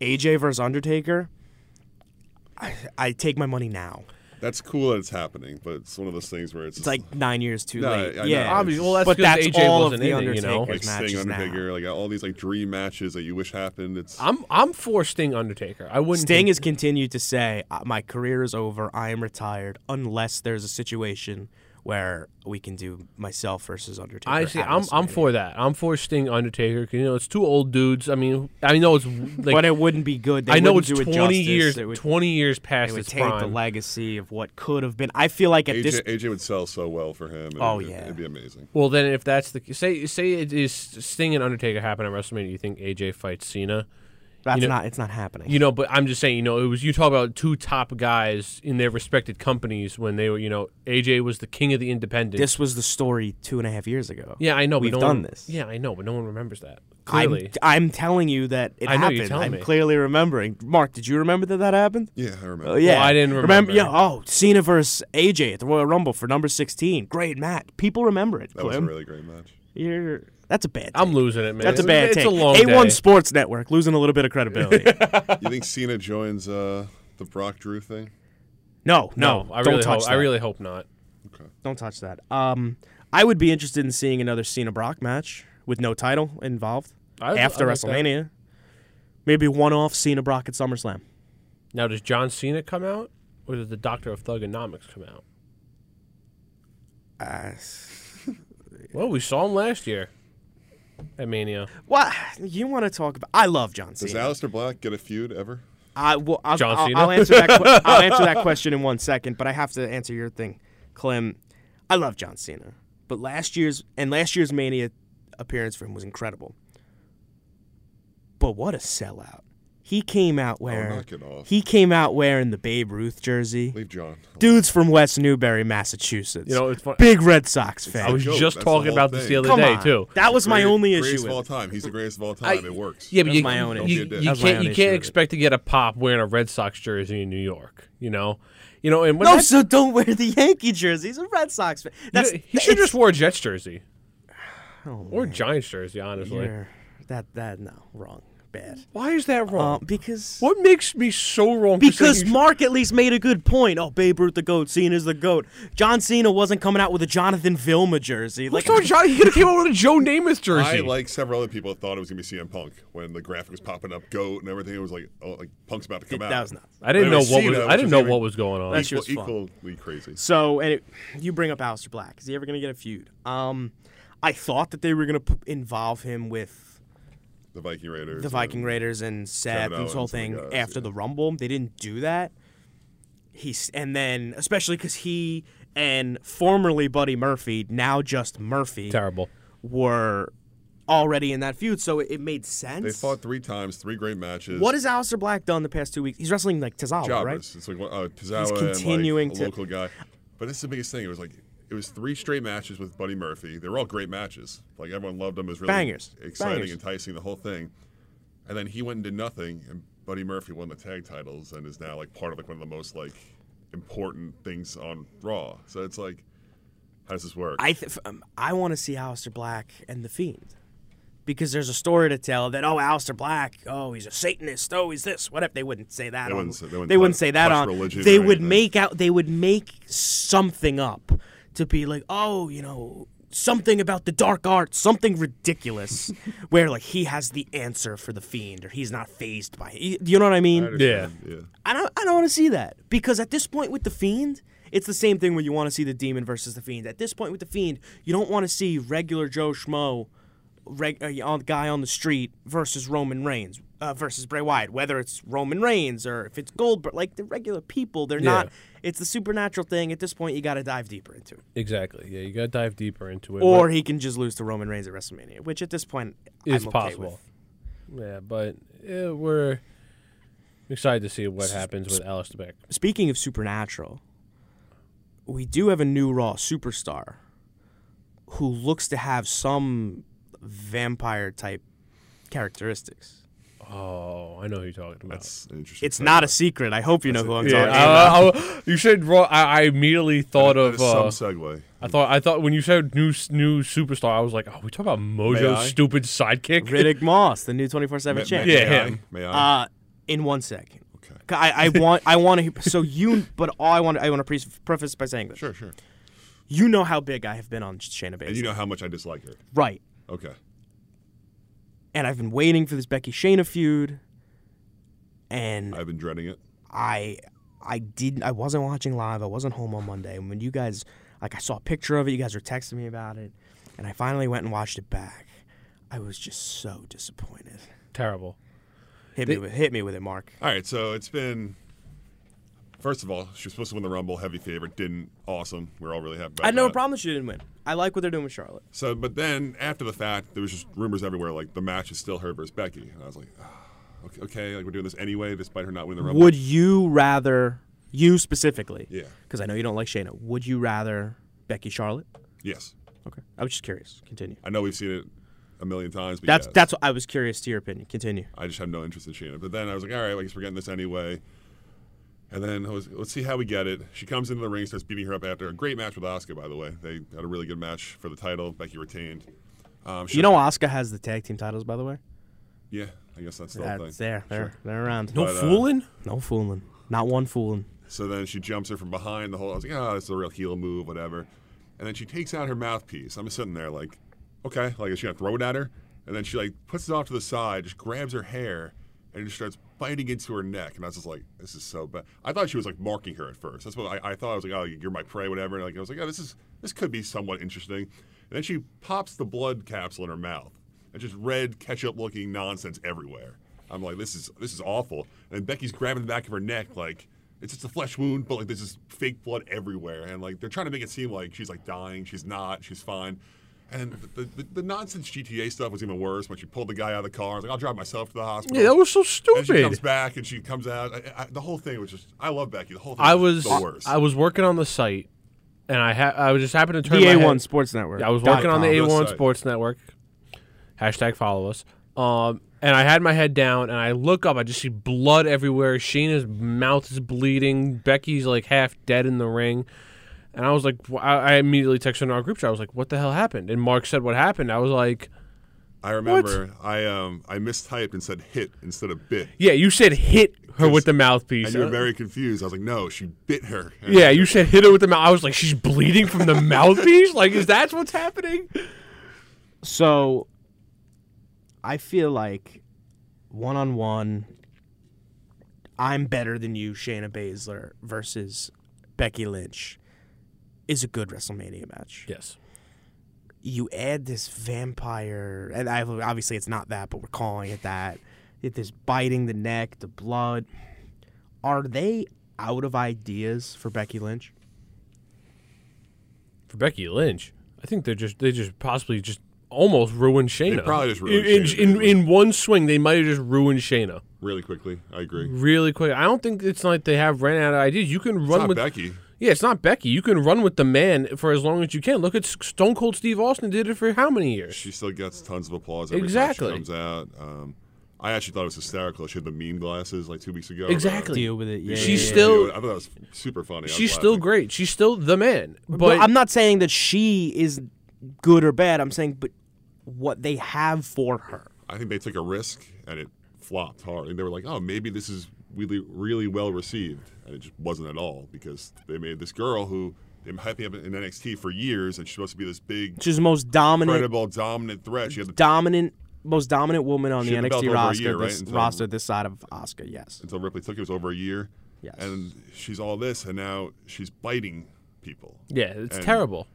[SPEAKER 4] AJ versus Undertaker. I, I take my money now.
[SPEAKER 2] That's cool that it's happening, but it's one of those things where it's,
[SPEAKER 4] It's
[SPEAKER 2] just
[SPEAKER 4] like nine years too
[SPEAKER 2] No,
[SPEAKER 4] late.
[SPEAKER 2] I- I
[SPEAKER 4] yeah,
[SPEAKER 2] know. Obviously, well,
[SPEAKER 5] that's
[SPEAKER 4] but
[SPEAKER 5] 'cause
[SPEAKER 4] that's
[SPEAKER 5] AJ
[SPEAKER 4] all of
[SPEAKER 5] wasn't
[SPEAKER 4] the
[SPEAKER 5] in it, you
[SPEAKER 4] Undertaker's
[SPEAKER 5] know?
[SPEAKER 2] like Sting
[SPEAKER 4] matches
[SPEAKER 2] Undertaker,
[SPEAKER 4] now.
[SPEAKER 2] like all these like dream matches that you wish happened. It's
[SPEAKER 5] I'm I'm for Sting Undertaker. I wouldn't
[SPEAKER 4] Sting
[SPEAKER 5] think-
[SPEAKER 4] has continued to say, "Uh, "My career is over. I am retired, unless there's a situation where we can do myself versus Undertaker."
[SPEAKER 5] I see.
[SPEAKER 4] at
[SPEAKER 5] I'm I'm
[SPEAKER 4] WrestleMania."
[SPEAKER 5] for that. I'm for Sting Undertaker. 'cause, You know, it's two old dudes. I mean, I know it's like
[SPEAKER 4] but it wouldn't be good. They
[SPEAKER 5] I know
[SPEAKER 4] wouldn't
[SPEAKER 5] it's
[SPEAKER 4] do it
[SPEAKER 5] 20
[SPEAKER 4] justice.
[SPEAKER 5] years.
[SPEAKER 4] It would,
[SPEAKER 5] 20 years past
[SPEAKER 4] it would
[SPEAKER 5] its
[SPEAKER 4] take the
[SPEAKER 5] prime.
[SPEAKER 4] legacy of what could have been. I feel like at
[SPEAKER 2] AJ,
[SPEAKER 4] this,
[SPEAKER 2] AJ would sell so well for him. and
[SPEAKER 4] Oh,
[SPEAKER 2] it'd,
[SPEAKER 4] yeah.
[SPEAKER 2] it'd be amazing.
[SPEAKER 5] well, then if that's the say say it is Sting and Undertaker happen at WrestleMania, you think AJ fights Cena?
[SPEAKER 4] that's
[SPEAKER 5] you know-
[SPEAKER 4] not. It's not happening.
[SPEAKER 5] You know, but I'm just saying, you know, it was you talk about two top guys in their respected companies when they were, you know, AJ was the king of the independents.
[SPEAKER 4] this was the story two and a half years ago.
[SPEAKER 5] yeah, I know.
[SPEAKER 4] We've
[SPEAKER 5] but no
[SPEAKER 4] done
[SPEAKER 5] one-
[SPEAKER 4] this.
[SPEAKER 5] Yeah, I know, but no one remembers that
[SPEAKER 4] I'm,
[SPEAKER 5] clearly.
[SPEAKER 4] I'm telling you that it
[SPEAKER 5] I know
[SPEAKER 4] happened.
[SPEAKER 5] you're telling
[SPEAKER 4] I'm
[SPEAKER 5] me.
[SPEAKER 4] clearly remembering. Mark, did you remember that that happened?
[SPEAKER 2] Yeah, I remember.
[SPEAKER 4] Oh yeah,
[SPEAKER 5] I didn't remember.
[SPEAKER 4] Yeah, oh, Cena versus AJ at the Royal Rumble for number sixteen. Great match. People remember it.
[SPEAKER 2] that was a
[SPEAKER 4] Clem.
[SPEAKER 2] really great match.
[SPEAKER 4] You're that's a bad. Take.
[SPEAKER 5] I'm losing it, man.
[SPEAKER 4] that's a
[SPEAKER 5] It's-
[SPEAKER 4] bad
[SPEAKER 5] It's
[SPEAKER 4] take.
[SPEAKER 5] a long
[SPEAKER 4] A1
[SPEAKER 5] day.
[SPEAKER 4] Sports Network losing a little bit of credibility.
[SPEAKER 2] You think Cena joins uh, the Brock Drew thing?
[SPEAKER 4] no, no,
[SPEAKER 5] No, I
[SPEAKER 4] don't
[SPEAKER 5] really
[SPEAKER 4] touch
[SPEAKER 5] hope.
[SPEAKER 4] that.
[SPEAKER 5] I really hope not.
[SPEAKER 4] don't touch that. Um, I would be interested in seeing another Cena Brock match with no title involved
[SPEAKER 5] I- I
[SPEAKER 4] after
[SPEAKER 5] like that.
[SPEAKER 4] WrestleMania. Maybe one off Cena Brock at SummerSlam.
[SPEAKER 5] Now, does John Cena come out, or does the Doctor of Thugonomics come out? Well, we saw him last year at Mania.
[SPEAKER 4] What you want to talk about? I love John Cena.
[SPEAKER 2] Does Aleister Black get a feud ever?
[SPEAKER 4] I will. I'll,
[SPEAKER 5] John
[SPEAKER 4] I'll,
[SPEAKER 5] Cena?
[SPEAKER 4] I'll answer that. que- I'll answer that question in one second, but I have to answer your thing, Clem. I love John Cena, but last year's and last year's Mania appearance for him was incredible. But what a sellout! He came out wearing.
[SPEAKER 2] knock it off.
[SPEAKER 4] He came out wearing the Babe Ruth jersey.
[SPEAKER 2] Leave John.
[SPEAKER 4] Dudes from West Newbury, Massachusetts.
[SPEAKER 5] You know, it's fun-
[SPEAKER 4] big Red Sox
[SPEAKER 5] I
[SPEAKER 4] fan.
[SPEAKER 5] was
[SPEAKER 2] joke.
[SPEAKER 5] just
[SPEAKER 2] That's the
[SPEAKER 5] talking
[SPEAKER 2] whole
[SPEAKER 5] about this
[SPEAKER 2] thing.
[SPEAKER 5] the other
[SPEAKER 4] Come
[SPEAKER 5] day
[SPEAKER 4] on.
[SPEAKER 5] too.
[SPEAKER 4] That was my
[SPEAKER 2] Great-
[SPEAKER 4] only
[SPEAKER 2] Greatest
[SPEAKER 4] issue.
[SPEAKER 2] of all
[SPEAKER 4] With. it.
[SPEAKER 2] time. He's the greatest of all time. it works.
[SPEAKER 5] Yeah, but
[SPEAKER 4] That's
[SPEAKER 5] you,
[SPEAKER 4] my own
[SPEAKER 5] you,
[SPEAKER 4] issue.
[SPEAKER 5] you,
[SPEAKER 2] That's
[SPEAKER 5] you
[SPEAKER 2] my
[SPEAKER 5] can't
[SPEAKER 4] own
[SPEAKER 5] you
[SPEAKER 4] issue
[SPEAKER 5] can't
[SPEAKER 4] with it.
[SPEAKER 5] expect to get a pop wearing a Red Sox jersey in New York. You know, you know, and when
[SPEAKER 4] No,
[SPEAKER 5] that-
[SPEAKER 4] so don't wear the Yankee jersey. He's a Red Sox fan.
[SPEAKER 5] you,
[SPEAKER 4] That's
[SPEAKER 5] he should
[SPEAKER 4] it's-
[SPEAKER 5] just wear a Jets jersey
[SPEAKER 4] Oh,
[SPEAKER 5] or a Giants jersey. Honestly,
[SPEAKER 4] You're- that that no wrong bad.
[SPEAKER 5] why is that wrong?
[SPEAKER 4] Uh, because
[SPEAKER 5] what makes me so wrong? for saying
[SPEAKER 4] because
[SPEAKER 5] you should-
[SPEAKER 4] Mark at least made a good point. Oh, Babe Ruth the goat, Cena's the goat. John Cena wasn't coming out with a Jonathan Vilma jersey. Like
[SPEAKER 5] so John, he could have came out with a Joe Namath
[SPEAKER 2] I,
[SPEAKER 5] jersey.
[SPEAKER 2] like several other people, thought it was going to be CM Punk when the graphic was popping up, GOAT and everything. It was like, oh, like Punk's about to come out.
[SPEAKER 4] that was nuts.
[SPEAKER 5] I didn't
[SPEAKER 2] But it
[SPEAKER 5] know
[SPEAKER 2] was
[SPEAKER 5] what
[SPEAKER 2] Cena,
[SPEAKER 5] was, I
[SPEAKER 2] which
[SPEAKER 5] didn't
[SPEAKER 2] is
[SPEAKER 5] know
[SPEAKER 2] even
[SPEAKER 5] what was going on.
[SPEAKER 4] That shit was
[SPEAKER 2] Equal, equally crazy.
[SPEAKER 4] So and it, you bring up Aleister Black. Is he ever gonna get a feud? Um, I thought that they were gonna p- involve him with
[SPEAKER 2] The Viking Raiders.
[SPEAKER 4] the Viking
[SPEAKER 2] and-
[SPEAKER 4] Raiders and Seth and this
[SPEAKER 2] Owens
[SPEAKER 4] whole
[SPEAKER 2] and the
[SPEAKER 4] thing
[SPEAKER 2] guys,
[SPEAKER 4] after
[SPEAKER 2] yeah.
[SPEAKER 4] the Rumble. They didn't do that. He's and then especially because he and formerly Buddy Murphy, now just Murphy,
[SPEAKER 5] Terrible.
[SPEAKER 4] were already in that feud, so it, it made sense.
[SPEAKER 2] They fought three times, three great matches.
[SPEAKER 4] what has Aleister Black done the past two weeks? He's wrestling like Tazawa,
[SPEAKER 2] Jobbers.
[SPEAKER 4] right?
[SPEAKER 2] It's like uh, Tozawa
[SPEAKER 4] continuing
[SPEAKER 2] and like,
[SPEAKER 4] to-
[SPEAKER 2] a local guy. But this is the biggest thing. It was like it was three straight matches with Buddy Murphy. They were all great matches. Like everyone loved them. It was really
[SPEAKER 4] Bangers.
[SPEAKER 2] exciting,
[SPEAKER 4] Bangers.
[SPEAKER 2] enticing, the whole thing. And then he went and did nothing, and Buddy Murphy won the tag titles and is now like part of like one of the most like important things on Raw. So it's like, how does this work?
[SPEAKER 4] I th- f- um, I want to see Aleister Black and the Fiend because there's a story to tell that oh Aleister Black oh he's a Satanist oh he's this whatever they wouldn't say that
[SPEAKER 2] They
[SPEAKER 4] on
[SPEAKER 2] wouldn't say- they wouldn't touch-
[SPEAKER 4] say that
[SPEAKER 2] touch
[SPEAKER 4] on
[SPEAKER 2] religion
[SPEAKER 4] they
[SPEAKER 2] or
[SPEAKER 4] would
[SPEAKER 2] anything.
[SPEAKER 4] make out they would make something up to be like oh you know something about the dark arts something ridiculous where like he has the answer for the fiend or he's not phased by it you know what I mean
[SPEAKER 5] Yeah.
[SPEAKER 2] yeah.
[SPEAKER 4] I don't I don't want to see that because at this point with the fiend, it's the same thing where you want to see the demon versus the fiend. At this point with the fiend, you don't want to see regular Joe Schmo, reg, uh, on- guy on the street versus Roman Reigns uh, versus Bray Wyatt. Whether it's Roman Reigns or if it's Goldberg, like the regular people, they're not. It's the supernatural thing. At this point, you got to dive deeper into it,
[SPEAKER 5] Exactly. Yeah, you got to dive deeper into it.
[SPEAKER 4] or he can just lose to Roman Reigns at WrestleMania, which at this point
[SPEAKER 5] It's
[SPEAKER 4] I'm okay
[SPEAKER 5] possible. Yeah, but eh, we're excited to see what happens with Alistair Beck.
[SPEAKER 4] with. Speaking of supernatural, we do have a new Raw superstar who looks to have some vampire type characteristics.
[SPEAKER 5] Oh, I know who you're talking about.
[SPEAKER 2] It's an interesting.
[SPEAKER 4] It's not a secret. I hope you know who I'm
[SPEAKER 5] yeah,
[SPEAKER 4] talking about.
[SPEAKER 5] I- I- I- you said raw. I, I immediately thought
[SPEAKER 2] That
[SPEAKER 5] of.
[SPEAKER 2] is
[SPEAKER 5] Uh,
[SPEAKER 2] some segue.
[SPEAKER 5] I thought I thought when you said new s- new superstar, I was like, oh, we talking about
[SPEAKER 2] May
[SPEAKER 5] Mojo's
[SPEAKER 2] I?
[SPEAKER 5] stupid sidekick.
[SPEAKER 4] Riddick Moss, the new 24 7
[SPEAKER 2] May-
[SPEAKER 4] champ.
[SPEAKER 5] Yeah,
[SPEAKER 2] may I?
[SPEAKER 5] him.
[SPEAKER 2] May I?
[SPEAKER 4] Uh, in one second.
[SPEAKER 2] Okay.
[SPEAKER 4] Because I, I want I want to. So you, but all I want I want to pre- preface by saying this.
[SPEAKER 2] Sure, sure.
[SPEAKER 4] You know how big I have been on Shayna Baszler,
[SPEAKER 2] And you know how much I dislike her.
[SPEAKER 4] right?
[SPEAKER 2] Okay.
[SPEAKER 4] And I've been waiting for this Becky Shayna feud, and
[SPEAKER 2] I've been dreading it.
[SPEAKER 4] I I didn't I wasn't watching live. I wasn't home on Monday. And when you guys like I saw a picture of it, you guys were texting me about it, and I finally went and watched it back. I was just so disappointed.
[SPEAKER 5] Terrible.
[SPEAKER 4] Hit me with hit me with it, Mark.
[SPEAKER 2] All right, so it's been. First of all, she was supposed to win the Rumble, heavy favorite, didn't. Awesome, we're all really happy. About
[SPEAKER 4] I had no
[SPEAKER 2] that.
[SPEAKER 4] problem that she didn't win. I like what they're doing with Charlotte.
[SPEAKER 2] So, but then after the fact, there was just rumors everywhere, like the match is still her versus Becky, and I was like, ah, okay, okay, like we're doing this anyway, despite her not winning the Rumble.
[SPEAKER 4] Would you rather you specifically?
[SPEAKER 2] Yeah.
[SPEAKER 4] Because I know you don't like Shayna. Would you rather Becky Charlotte?
[SPEAKER 2] Yes,
[SPEAKER 4] Okay. I was just curious. Continue.
[SPEAKER 2] I know we've seen it a million times. But
[SPEAKER 4] That's
[SPEAKER 2] yes.
[SPEAKER 4] that's what I was curious to your opinion. Continue.
[SPEAKER 2] I just had no interest in Shayna. But then I was like, all right, I guess we're getting this anyway. And then I was, let's see how we get it. She comes into the ring, starts beating her up after a great match with Asuka, by the way. They had a really good match for the title. Becky retained. Um, she-
[SPEAKER 4] You know Asuka has the tag team titles, by the way?
[SPEAKER 2] Yeah, I guess that's the whole
[SPEAKER 4] That's
[SPEAKER 2] thing.
[SPEAKER 4] there. They're, they're around.
[SPEAKER 5] No
[SPEAKER 2] But, uh,
[SPEAKER 5] fooling.
[SPEAKER 4] No fooling. Not one fooling.
[SPEAKER 2] So then she jumps her from behind the whole. I was like, oh, that's a real heel move, whatever. And then she takes out her mouthpiece. I'm just sitting there like, okay, like is she gonna throw it at her? And then she like puts it off to the side, just grabs her hair, and just starts biting into her neck. And I was just like, this is so bad. I thought she was like marking her at first. That's what I, I thought. I was like, oh, you're my prey, whatever. And like I was like, oh, this is this could be somewhat interesting. And then she pops the blood capsule in her mouth, and just red ketchup looking nonsense everywhere. I'm like, this is this is awful. And Becky's grabbing the back of her neck, like it's just a flesh wound, but like there's just fake blood everywhere, and like they're trying to make it seem like she's like dying, she's not, she's fine. And the, the, the nonsense GTA stuff was even worse when she pulled the guy out of the car. I was like, I'll drive myself to the hospital.
[SPEAKER 5] Yeah, that was so
[SPEAKER 2] and she comes
[SPEAKER 5] stupid.
[SPEAKER 2] back and she comes out. I, I, the whole thing was just. I love Becky. The whole thing
[SPEAKER 5] I was
[SPEAKER 2] the worst.
[SPEAKER 5] I was working on the site, and I ha- I was just happened to turn
[SPEAKER 4] The
[SPEAKER 5] my
[SPEAKER 4] A1
[SPEAKER 5] head-
[SPEAKER 4] Sports Network.
[SPEAKER 5] I was working on the
[SPEAKER 2] Dot com.
[SPEAKER 5] A1
[SPEAKER 2] Website.
[SPEAKER 5] Sports Network. Hashtag follow us. Um, and I had my head down, and I look up. I just see blood everywhere. Sheena's mouth is bleeding. Becky's like half dead in the ring. And I was like, wh- I I immediately texted in our group chat. I was like, "What the hell happened?" And Mark said, "What happened?" I was like,
[SPEAKER 2] I remember I um I mistyped and said hit instead of bit,
[SPEAKER 5] "Yeah, you said hit her with the mouthpiece."
[SPEAKER 2] and you were
[SPEAKER 5] Uh,
[SPEAKER 2] very confused. I was like, no, she bit her. And
[SPEAKER 5] yeah, you said hit her with the mouth. I was like, "She's bleeding from the mouthpiece." Like, is that what's happening?
[SPEAKER 4] So I feel like one on one, I'm better than you, Shayna Baszler versus Becky Lynch is a good WrestleMania match.
[SPEAKER 5] Yes.
[SPEAKER 4] You add this vampire, and I, obviously it's not that, but we're calling it that. It this biting the neck, the blood. Are they out of ideas for Becky Lynch?
[SPEAKER 5] for Becky Lynch, I think they're just they just possibly just almost ruined Shayna.
[SPEAKER 2] probably just
[SPEAKER 5] In-
[SPEAKER 2] ruined
[SPEAKER 5] in,
[SPEAKER 2] Shayna,
[SPEAKER 5] in,
[SPEAKER 2] basically.
[SPEAKER 5] in one swing. They might have just ruined Shayna
[SPEAKER 2] really quickly. I agree.
[SPEAKER 5] really quick. I don't think it's like they have ran out of ideas. You can
[SPEAKER 2] It's
[SPEAKER 5] run
[SPEAKER 2] not
[SPEAKER 5] with
[SPEAKER 2] Becky.
[SPEAKER 5] yeah, it's not Becky. You can run with the man for as long as you can. Look at S- Stone Cold Steve Austin did it for how many years?
[SPEAKER 2] She still gets tons of applause every
[SPEAKER 5] Exactly.
[SPEAKER 2] time she comes out. Um, I actually thought it was hysterical. She had the mean glasses like two weeks ago.
[SPEAKER 5] Exactly.
[SPEAKER 4] Deal with it. Yeah,
[SPEAKER 5] She's
[SPEAKER 4] yeah, yeah.
[SPEAKER 5] still-
[SPEAKER 2] I thought that was super funny. I was
[SPEAKER 5] She's still
[SPEAKER 2] laughing.
[SPEAKER 5] great. She's still the man.
[SPEAKER 4] But
[SPEAKER 5] But
[SPEAKER 4] I'm not saying that she is good or bad. I'm saying, but what they have for her.
[SPEAKER 2] I think they took a risk and it flopped hard. And they were like, oh, maybe this is really, really well received. And it just wasn't at all because they made this girl who they've been hyping up in NXT for years and she's supposed to be this big,
[SPEAKER 4] She's the most dominant,
[SPEAKER 2] credible, dominant threat. She had the
[SPEAKER 4] dominant, most dominant woman on
[SPEAKER 2] She
[SPEAKER 4] the
[SPEAKER 2] had the belt
[SPEAKER 4] NXT
[SPEAKER 2] over a
[SPEAKER 4] roster.
[SPEAKER 2] year, right,
[SPEAKER 4] this
[SPEAKER 2] until-
[SPEAKER 4] roster this side of Oscar. Yes.
[SPEAKER 2] until Ripley took it, it was over a year.
[SPEAKER 4] Yes.
[SPEAKER 2] And she's all this and now she's biting people.
[SPEAKER 5] yeah, it's
[SPEAKER 2] And-
[SPEAKER 5] terrible.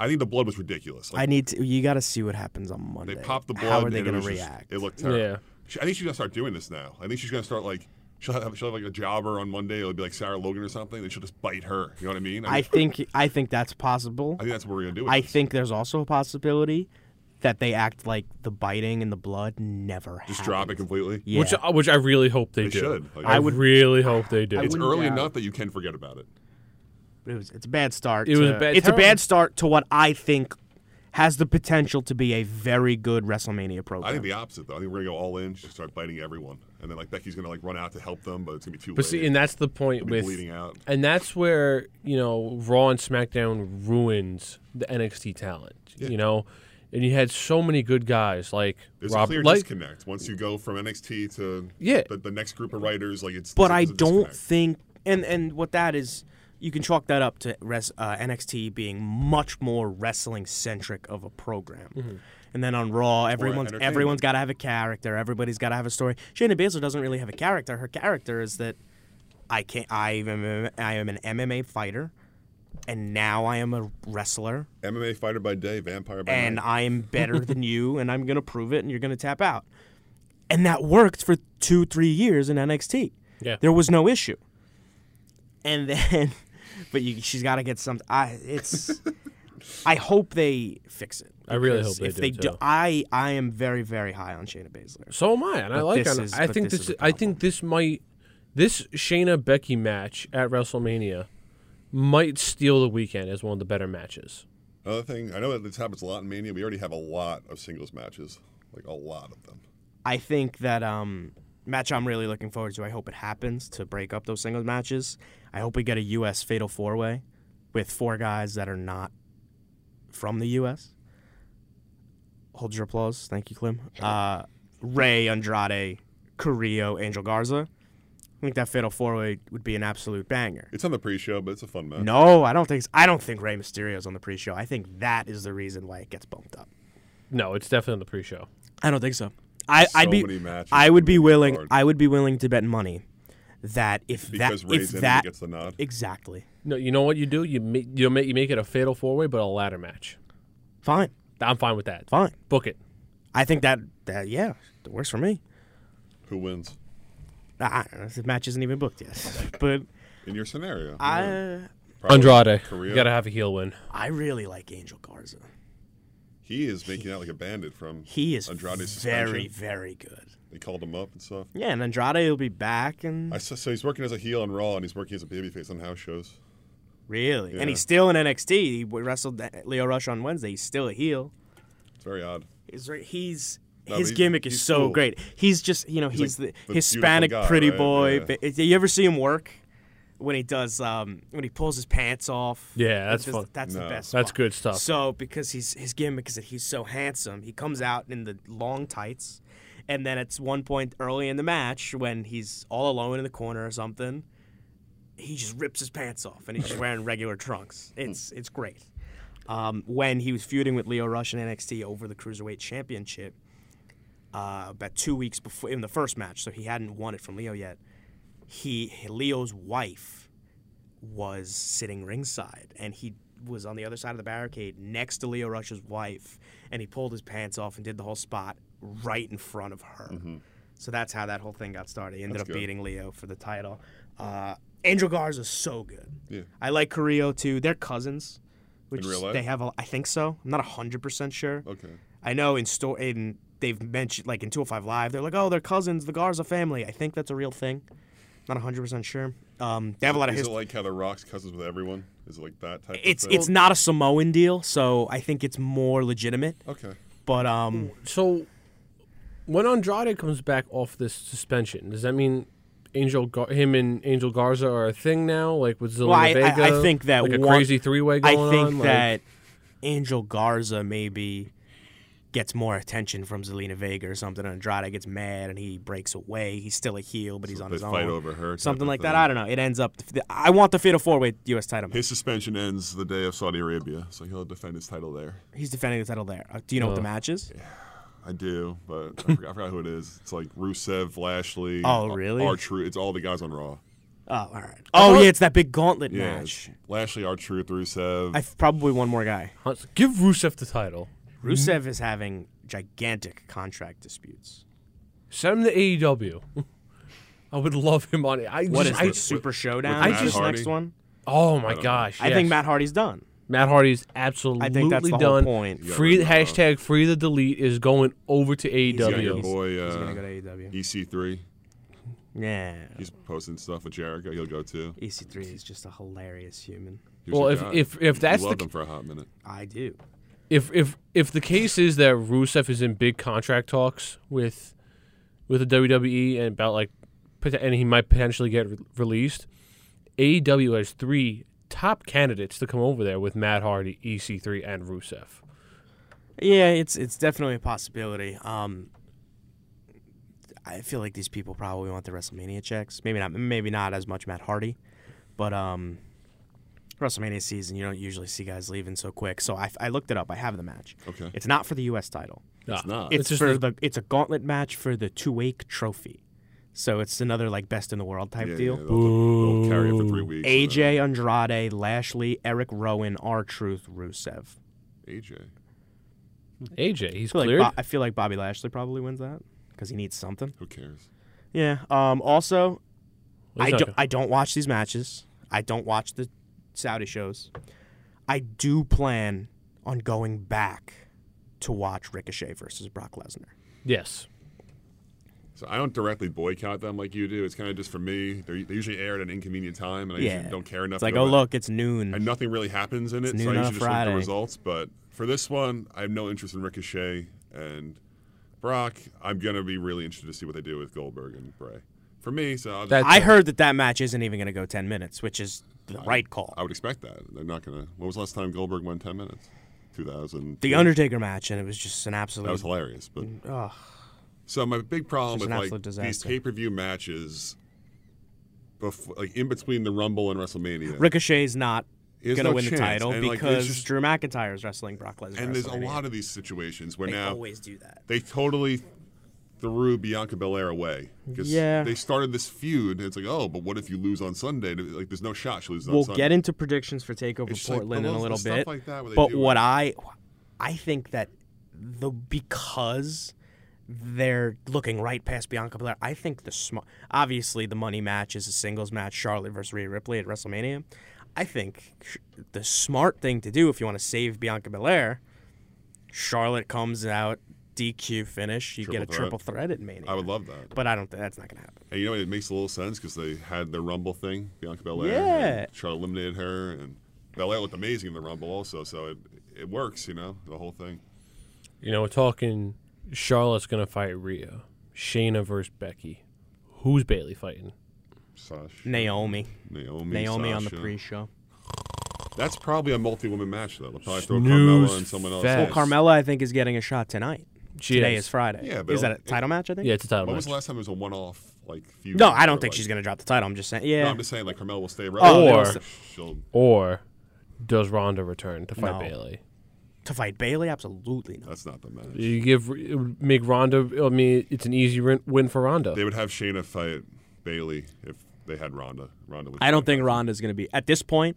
[SPEAKER 2] I think the blood was ridiculous. Like,
[SPEAKER 4] I need to. You got to see what happens on Monday.
[SPEAKER 2] They popped the blood.
[SPEAKER 4] How are they
[SPEAKER 2] and it
[SPEAKER 4] going to
[SPEAKER 2] was just-
[SPEAKER 4] react?
[SPEAKER 2] it looked terrible.
[SPEAKER 5] Yeah.
[SPEAKER 2] She, I think she's gonna start doing this now. I think she's gonna start like she'll have, she'll have like a jobber on Monday. It'll be like Sarah Logan or something. Then she'll just bite her. You know what I mean?
[SPEAKER 4] I think. I think that's possible.
[SPEAKER 2] I think that's what we're gonna do. With
[SPEAKER 4] I
[SPEAKER 2] this.
[SPEAKER 4] think there's also a possibility that they act like the biting and the blood never.
[SPEAKER 2] just drop it completely.
[SPEAKER 4] Yeah.
[SPEAKER 5] Which uh, which I really hope they,
[SPEAKER 2] They
[SPEAKER 5] do.
[SPEAKER 2] should. Like,
[SPEAKER 5] I,
[SPEAKER 2] I
[SPEAKER 5] would
[SPEAKER 2] would-
[SPEAKER 5] really hope they do.
[SPEAKER 2] It's
[SPEAKER 4] wouldn't
[SPEAKER 2] early
[SPEAKER 4] doubt.
[SPEAKER 2] enough that you can forget about it.
[SPEAKER 4] it was it's a bad start.
[SPEAKER 5] It was
[SPEAKER 4] to-
[SPEAKER 5] a bad-
[SPEAKER 4] It's a
[SPEAKER 5] terrible.
[SPEAKER 4] bad start to what I think has the potential to be a very good WrestleMania program.
[SPEAKER 2] I think the opposite though. I think we're gonna go all in. She'll start biting everyone, and then like Becky's gonna like run out to help them, but it's gonna be too
[SPEAKER 5] But
[SPEAKER 2] late.
[SPEAKER 5] see, and that's the point
[SPEAKER 2] It'll be
[SPEAKER 5] with
[SPEAKER 2] bleeding out.
[SPEAKER 5] and that's where you know Raw and SmackDown ruins the NXT talent. You know, and you had so many good guys like
[SPEAKER 2] There's a
[SPEAKER 5] Rob.
[SPEAKER 2] clear
[SPEAKER 5] like,
[SPEAKER 2] disconnect once you go from NXT to
[SPEAKER 5] Yeah.
[SPEAKER 2] the, the next group of writers. Like it's,
[SPEAKER 4] But
[SPEAKER 2] there's a-
[SPEAKER 4] I
[SPEAKER 2] there's a
[SPEAKER 4] don't
[SPEAKER 2] disconnect.
[SPEAKER 4] think, and and what that is, you can chalk that up to res, uh, NXT being much more wrestling centric of a program.
[SPEAKER 5] Mm-hmm.
[SPEAKER 4] And then on Raw, everyone's
[SPEAKER 2] entertainment.
[SPEAKER 4] everyone's got to have a character. Everybody's got to have a story. Shayna Baszler doesn't really have a character. Her character is that I can not I am I am an MMA fighter, and now I am a wrestler,
[SPEAKER 2] MMA fighter by day, vampire by
[SPEAKER 4] and
[SPEAKER 2] night.
[SPEAKER 4] I am better than you, and I'm gonna prove it, and you're gonna tap out. And that worked for two, three years in NXT.
[SPEAKER 5] Yeah.
[SPEAKER 4] There was no issue. And then, but you, she's got to get some. I it's. I hope they fix it.
[SPEAKER 5] I really hope
[SPEAKER 4] because
[SPEAKER 5] they
[SPEAKER 4] if
[SPEAKER 5] do,
[SPEAKER 4] they
[SPEAKER 5] too.
[SPEAKER 4] I I am very very high on Shayna Baszler.
[SPEAKER 5] So am I, and I like.
[SPEAKER 4] this
[SPEAKER 5] Anna.
[SPEAKER 4] is-
[SPEAKER 5] I
[SPEAKER 4] but
[SPEAKER 5] think
[SPEAKER 4] this
[SPEAKER 5] this.
[SPEAKER 4] is a
[SPEAKER 5] I think this might. This Shayna Becky match at WrestleMania might steal the weekend as one of the better matches.
[SPEAKER 2] Another thing, I know that this happens a lot in Mania. We already have a lot of singles matches, like a lot of them.
[SPEAKER 4] I think that um match I'm really looking forward to. I hope it happens to break up those singles matches. I hope we get a U.S. Fatal Four Way with four guys that are not from the U.S. Hold your applause. Thank you, Clem. Uh, Ray Andrade, Carrillo, Angel Garza. I think that Fatal Four Way would be an absolute banger.
[SPEAKER 2] It's on the pre-show, but it's a fun match.
[SPEAKER 4] No, I don't think. s- I don't think Ray Mysterio's on the pre-show. I think that is the reason why it gets bumped up.
[SPEAKER 5] No, it's definitely on the pre-show.
[SPEAKER 4] I don't think so. I, I'd
[SPEAKER 2] So
[SPEAKER 4] be.
[SPEAKER 2] many matches
[SPEAKER 4] I
[SPEAKER 2] in
[SPEAKER 4] would
[SPEAKER 2] the
[SPEAKER 4] be
[SPEAKER 2] main
[SPEAKER 4] willing.
[SPEAKER 2] card.
[SPEAKER 4] I would be willing to bet money that if
[SPEAKER 2] because
[SPEAKER 4] that
[SPEAKER 2] Ray's
[SPEAKER 4] if
[SPEAKER 2] in
[SPEAKER 4] that
[SPEAKER 2] and he gets the nod.
[SPEAKER 4] exactly
[SPEAKER 5] No, you know what you do? You make you make you make it a fatal four-way, but a ladder match.
[SPEAKER 4] fine,
[SPEAKER 5] I'm fine with that.
[SPEAKER 4] fine.
[SPEAKER 5] Book it.
[SPEAKER 4] I think that that yeah, that works for me.
[SPEAKER 2] Who wins
[SPEAKER 4] Ah, the match isn't even booked yet, but
[SPEAKER 2] in your scenario? Yeah,
[SPEAKER 4] I
[SPEAKER 2] probably.
[SPEAKER 5] Andrade,
[SPEAKER 2] Korea.
[SPEAKER 5] you gotta have a heel win.
[SPEAKER 4] I really like Angel Garza.
[SPEAKER 2] He is making out like a bandit from
[SPEAKER 4] He is
[SPEAKER 2] Andrade's
[SPEAKER 4] very
[SPEAKER 2] suspension.
[SPEAKER 4] very good.
[SPEAKER 2] They called him up and stuff.
[SPEAKER 4] Yeah, and Andrade will be back and
[SPEAKER 2] I s- so he's working as a heel on Raw and he's working as a babyface on house shows.
[SPEAKER 4] really,
[SPEAKER 2] Yeah.
[SPEAKER 4] and he's still in NXT. He wrestled Leo Rush on Wednesday. He's still a heel.
[SPEAKER 2] It's very odd.
[SPEAKER 4] is right. He's
[SPEAKER 2] No,
[SPEAKER 4] his
[SPEAKER 2] but he's-
[SPEAKER 4] gimmick is
[SPEAKER 2] he's
[SPEAKER 4] so
[SPEAKER 2] cool.
[SPEAKER 4] great. He's just you know he's, the,
[SPEAKER 2] like the
[SPEAKER 4] Hispanic
[SPEAKER 2] beautiful guy,
[SPEAKER 4] pretty
[SPEAKER 2] right?
[SPEAKER 4] boy.
[SPEAKER 2] Yeah.
[SPEAKER 4] But you ever see him work when he does um, when he pulls his pants off?
[SPEAKER 5] Yeah,
[SPEAKER 4] That
[SPEAKER 5] that's
[SPEAKER 4] does-
[SPEAKER 5] fun.
[SPEAKER 4] That's the
[SPEAKER 2] No.
[SPEAKER 4] best.
[SPEAKER 5] That's
[SPEAKER 4] spot.
[SPEAKER 5] good stuff.
[SPEAKER 4] So because he's his gimmick is that he's so handsome, he comes out in the long tights, and then at one point early in the match when he's all alone in the corner or something, he just rips his pants off and he's just wearing regular trunks. It's it's great. Um, when he was feuding with Leo Rush in NXT over the cruiserweight championship, uh, about two weeks before in the first match, so he hadn't won it from Leo yet. He Leo's wife was sitting ringside and he was on the other side of the barricade next to Leo Rush's wife and he pulled his pants off and did the whole spot right in front of her. So that's how that whole thing got started. He ended
[SPEAKER 2] Mm-hmm. That's
[SPEAKER 4] up
[SPEAKER 2] good.
[SPEAKER 4] beating Leo for the title. Uh, Angel Garza's so good.
[SPEAKER 2] Yeah.
[SPEAKER 4] I like Carrillo too. They're cousins. Which
[SPEAKER 2] real life?
[SPEAKER 4] they have a, I think so. I'm not 100% sure.
[SPEAKER 2] Okay.
[SPEAKER 4] I know in store in they've mentioned like in 205 Live, they're like, oh, they're cousins, the Garza family. I think that's a real thing. Not 100% sure. Um, they have a lot of
[SPEAKER 2] Is it
[SPEAKER 4] history.
[SPEAKER 2] like how the Rock's cousins with everyone? Is it like that type?
[SPEAKER 4] It's
[SPEAKER 2] of thing?
[SPEAKER 4] it's not a Samoan deal, so I think it's more legitimate.
[SPEAKER 2] okay.
[SPEAKER 4] But um,
[SPEAKER 5] So, when Andrade comes back off this suspension, does that mean Angel Gar- him and Angel Garza are a thing now? Like with Zelina
[SPEAKER 4] well, I,
[SPEAKER 5] Vega,
[SPEAKER 4] I, I think that
[SPEAKER 5] like a
[SPEAKER 4] one,
[SPEAKER 5] crazy three way going
[SPEAKER 4] I think
[SPEAKER 5] on.
[SPEAKER 4] that Angel Garza maybe gets more attention from Zelina Vega or something. and Andrade gets mad and he breaks away. He's still a heel, but he's on
[SPEAKER 2] they
[SPEAKER 4] his own.
[SPEAKER 2] fight over her type
[SPEAKER 4] something
[SPEAKER 2] of
[SPEAKER 4] like that.
[SPEAKER 2] thing.
[SPEAKER 4] I don't know. It ends up. I want the fatal four way U.S. title. match.
[SPEAKER 2] His suspension ends the day of Saudi Arabia, so he'll defend his title there.
[SPEAKER 4] He's defending the title there. Uh, do you know what the
[SPEAKER 5] Oh.
[SPEAKER 4] match is?
[SPEAKER 2] I do, but I forgot, I forgot who it is. It's like Rusev, Lashley.
[SPEAKER 4] Oh, really?
[SPEAKER 2] R Truth. It's all the guys on Raw.
[SPEAKER 4] Oh, all right. Oh
[SPEAKER 5] thought-
[SPEAKER 4] yeah, it's that big gauntlet
[SPEAKER 2] Yeah. it's
[SPEAKER 4] match.
[SPEAKER 2] Lashley, R Truth, Rusev.
[SPEAKER 4] I probably one more guy.
[SPEAKER 5] like, Let's give Rusev the title.
[SPEAKER 4] Rusev is having gigantic contract disputes.
[SPEAKER 5] Send him to AEW. I would love him on it. I
[SPEAKER 4] What is
[SPEAKER 5] just,
[SPEAKER 4] it?
[SPEAKER 5] I-
[SPEAKER 4] Super Showdown?
[SPEAKER 5] I
[SPEAKER 4] is
[SPEAKER 5] just-
[SPEAKER 4] this next one.
[SPEAKER 5] Oh my gosh!
[SPEAKER 4] I think
[SPEAKER 5] yes.
[SPEAKER 4] Matt Hardy's done.
[SPEAKER 5] Matt Hardy's absolutely
[SPEAKER 4] I think that's the whole
[SPEAKER 5] done.
[SPEAKER 4] point.
[SPEAKER 2] Yeah,
[SPEAKER 5] Free
[SPEAKER 2] right now.
[SPEAKER 5] hashtag free the delete is going over to E
[SPEAKER 2] you got your
[SPEAKER 5] AEW.
[SPEAKER 2] boy
[SPEAKER 4] He's
[SPEAKER 2] uh,
[SPEAKER 4] gonna go to AEW.
[SPEAKER 2] EC3.
[SPEAKER 4] Yeah.
[SPEAKER 2] He's posting stuff with Jericho. He'll go too.
[SPEAKER 4] EC3 is just a hilarious human.
[SPEAKER 2] Here's
[SPEAKER 5] Well,
[SPEAKER 2] your
[SPEAKER 5] if
[SPEAKER 2] guy.
[SPEAKER 5] if if that's
[SPEAKER 2] you
[SPEAKER 5] the
[SPEAKER 2] loved him for a hot minute.
[SPEAKER 4] I do.
[SPEAKER 5] if if if the case is that Rusev is in big contract talks with with the WWE and about like pot- and he might potentially get re- released, AEW has E three top candidates to come over there with Matt Hardy, EC3, and Rusev.
[SPEAKER 4] Yeah, it's it's definitely a possibility. Um, I feel like these people probably want the WrestleMania checks. Maybe not. Maybe not as much Matt Hardy, but um, WrestleMania season you don't usually see guys leaving so quick. So I, I looked it up. I have the match.
[SPEAKER 2] Okay.
[SPEAKER 4] It's not for the U.S. title.
[SPEAKER 5] Uh, It's
[SPEAKER 2] not.
[SPEAKER 4] It's,
[SPEAKER 5] just
[SPEAKER 4] for
[SPEAKER 5] a-
[SPEAKER 4] the it's a gauntlet match for the Tuwake Trophy. So it's another like best in the world type
[SPEAKER 2] Yeah,
[SPEAKER 4] deal.
[SPEAKER 2] yeah, they'll, they'll carry it for three weeks. and then-
[SPEAKER 4] AJ Andrade, Lashley, Eric Rowan, R Truth, Rusev.
[SPEAKER 2] AJ.
[SPEAKER 5] AJ. He's
[SPEAKER 4] I feel,
[SPEAKER 5] cleared.
[SPEAKER 4] like Bo- I feel like Bobby Lashley probably wins that because he needs something.
[SPEAKER 2] Who cares?
[SPEAKER 4] Yeah. Um. Also,
[SPEAKER 5] What
[SPEAKER 4] I
[SPEAKER 5] is that
[SPEAKER 4] don't.
[SPEAKER 5] guy?
[SPEAKER 4] I don't watch these matches. I don't watch the Saudi shows. I do plan on going back to watch Ricochet versus Brock Lesnar.
[SPEAKER 5] yes.
[SPEAKER 2] So I don't directly boycott them like you do. It's kind of just for me. They're, they usually air at an inconvenient time, and I
[SPEAKER 4] Yeah.
[SPEAKER 2] usually don't care enough.
[SPEAKER 4] It's like,
[SPEAKER 2] to
[SPEAKER 4] oh
[SPEAKER 2] go back.
[SPEAKER 4] look, it's noon.
[SPEAKER 2] and nothing really happens in it.
[SPEAKER 4] It's
[SPEAKER 2] so I
[SPEAKER 4] noon on a
[SPEAKER 2] usually just look at the
[SPEAKER 4] Friday.
[SPEAKER 2] results. But for this one, I have no interest in Ricochet and Brock. I'm gonna be really interested to see what they do with Goldberg and Bray. For me, so I'll just,
[SPEAKER 5] That-
[SPEAKER 4] I heard that that match isn't even going to go ten minutes, which is the right call.
[SPEAKER 2] I would expect that they're not gonna. What was the last time Goldberg won 10 minutes? 2000.
[SPEAKER 4] the Undertaker match, and it was just an absolute.
[SPEAKER 2] That was hilarious, but.
[SPEAKER 4] Ugh.
[SPEAKER 2] So my big
[SPEAKER 4] Just
[SPEAKER 2] problem with
[SPEAKER 4] an
[SPEAKER 2] like
[SPEAKER 4] absolute
[SPEAKER 2] these
[SPEAKER 4] disaster.
[SPEAKER 2] pay-per-view matches, before, like in between the Rumble and WrestleMania,
[SPEAKER 4] Ricochet's not
[SPEAKER 2] There's
[SPEAKER 4] going to
[SPEAKER 2] no
[SPEAKER 4] win
[SPEAKER 2] chance,
[SPEAKER 4] the title
[SPEAKER 2] and, like, there's
[SPEAKER 4] because
[SPEAKER 2] just-
[SPEAKER 4] Drew McIntyre is wrestling Brock Lesnar.
[SPEAKER 2] and there's a
[SPEAKER 4] WrestleMania.
[SPEAKER 2] lot of these situations where
[SPEAKER 4] They
[SPEAKER 2] now
[SPEAKER 4] always do that.
[SPEAKER 2] they totally threw Bianca Belair away because
[SPEAKER 4] Yeah.
[SPEAKER 2] they started this feud. And it's like, oh, but what if you lose on Sunday? Like, there's no shot she loses on
[SPEAKER 4] We'll
[SPEAKER 2] Sunday.
[SPEAKER 4] get into predictions for Takeover
[SPEAKER 2] It's just like
[SPEAKER 4] Portland
[SPEAKER 2] the
[SPEAKER 4] in a little
[SPEAKER 2] little- the stuff
[SPEAKER 4] bit,
[SPEAKER 2] like that where they
[SPEAKER 4] but
[SPEAKER 2] do
[SPEAKER 4] what
[SPEAKER 2] it.
[SPEAKER 4] I, I think that the because they're looking right past Bianca Belair. I think the smart, obviously the money match is a singles match, Charlotte versus Rhea Ripley at WrestleMania. I think sh- the smart thing to do if you want to save Bianca Belair, Charlotte comes out DQ finish, you
[SPEAKER 2] Triple
[SPEAKER 4] get a
[SPEAKER 2] threat.
[SPEAKER 4] triple threat at Mania.
[SPEAKER 2] I would love that.
[SPEAKER 4] but I don't think that's not gonna happen.
[SPEAKER 2] And you know, it makes a little sense because they had their Rumble thing, Bianca Belair.
[SPEAKER 4] Yeah.
[SPEAKER 2] and Charlotte eliminated her, and Belair looked amazing in the Rumble also. So it it works, you know, the whole thing.
[SPEAKER 5] You know, we're talking Charlotte's gonna fight Rhea. Shayna versus Becky. Who's Bailey fighting?
[SPEAKER 2] Sasha,
[SPEAKER 4] Naomi,
[SPEAKER 2] Naomi,
[SPEAKER 4] Naomi on the
[SPEAKER 2] Sasha.
[SPEAKER 4] pre-show.
[SPEAKER 2] That's probably a multi-woman match though. They'll probably throw
[SPEAKER 5] Snooze
[SPEAKER 2] Carmella and someone else.
[SPEAKER 5] fest.
[SPEAKER 2] in.
[SPEAKER 5] Well,
[SPEAKER 4] Carmella, I think, is getting a shot tonight.
[SPEAKER 5] She
[SPEAKER 4] Today
[SPEAKER 5] is.
[SPEAKER 4] is Friday.
[SPEAKER 2] Yeah, but
[SPEAKER 4] is that a
[SPEAKER 2] it-
[SPEAKER 4] title match? I think.
[SPEAKER 5] Yeah, it's a title
[SPEAKER 2] When
[SPEAKER 5] match.
[SPEAKER 2] was the last time it was a one-off like feud?
[SPEAKER 4] No, I don't think
[SPEAKER 2] Like-
[SPEAKER 4] she's gonna drop the title. I'm just saying. Yeah.
[SPEAKER 2] No, I'm just saying like Carmella will stay
[SPEAKER 4] Oh,
[SPEAKER 2] relevant.
[SPEAKER 5] there was-
[SPEAKER 2] she'll
[SPEAKER 5] or does Ronda return to fight
[SPEAKER 4] No.
[SPEAKER 5] Bailey?
[SPEAKER 4] to fight Bailey, absolutely not.
[SPEAKER 2] That's not the match.
[SPEAKER 5] You give it would make Ronda. I mean, it's an easy rin- win for Ronda.
[SPEAKER 2] They would have Shayna fight Bailey if they had Ronda. Ronda would.
[SPEAKER 4] I don't think Ronda's gonna be at this point.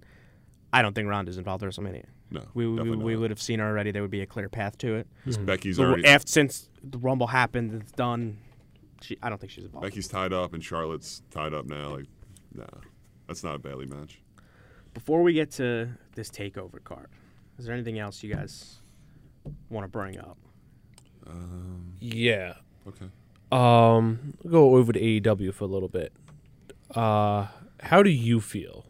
[SPEAKER 4] I don't think Ronda's involved in WrestleMania.
[SPEAKER 2] No,
[SPEAKER 4] We we,
[SPEAKER 2] definitely
[SPEAKER 4] we
[SPEAKER 2] not.
[SPEAKER 4] would have seen her already. There would be a clear path to it.
[SPEAKER 2] Becky's
[SPEAKER 4] The-
[SPEAKER 2] already.
[SPEAKER 4] af- since the Rumble happened, it's done. She, I don't think she's involved.
[SPEAKER 2] Becky's tied up and Charlotte's tied up now. Like, nah, that's not a Bailey match.
[SPEAKER 4] Before we get to this takeover card, is there anything else you guys want to bring up?
[SPEAKER 5] yeah.
[SPEAKER 2] Okay.
[SPEAKER 5] Um, go over to AEW for a little bit. Uh, how do you feel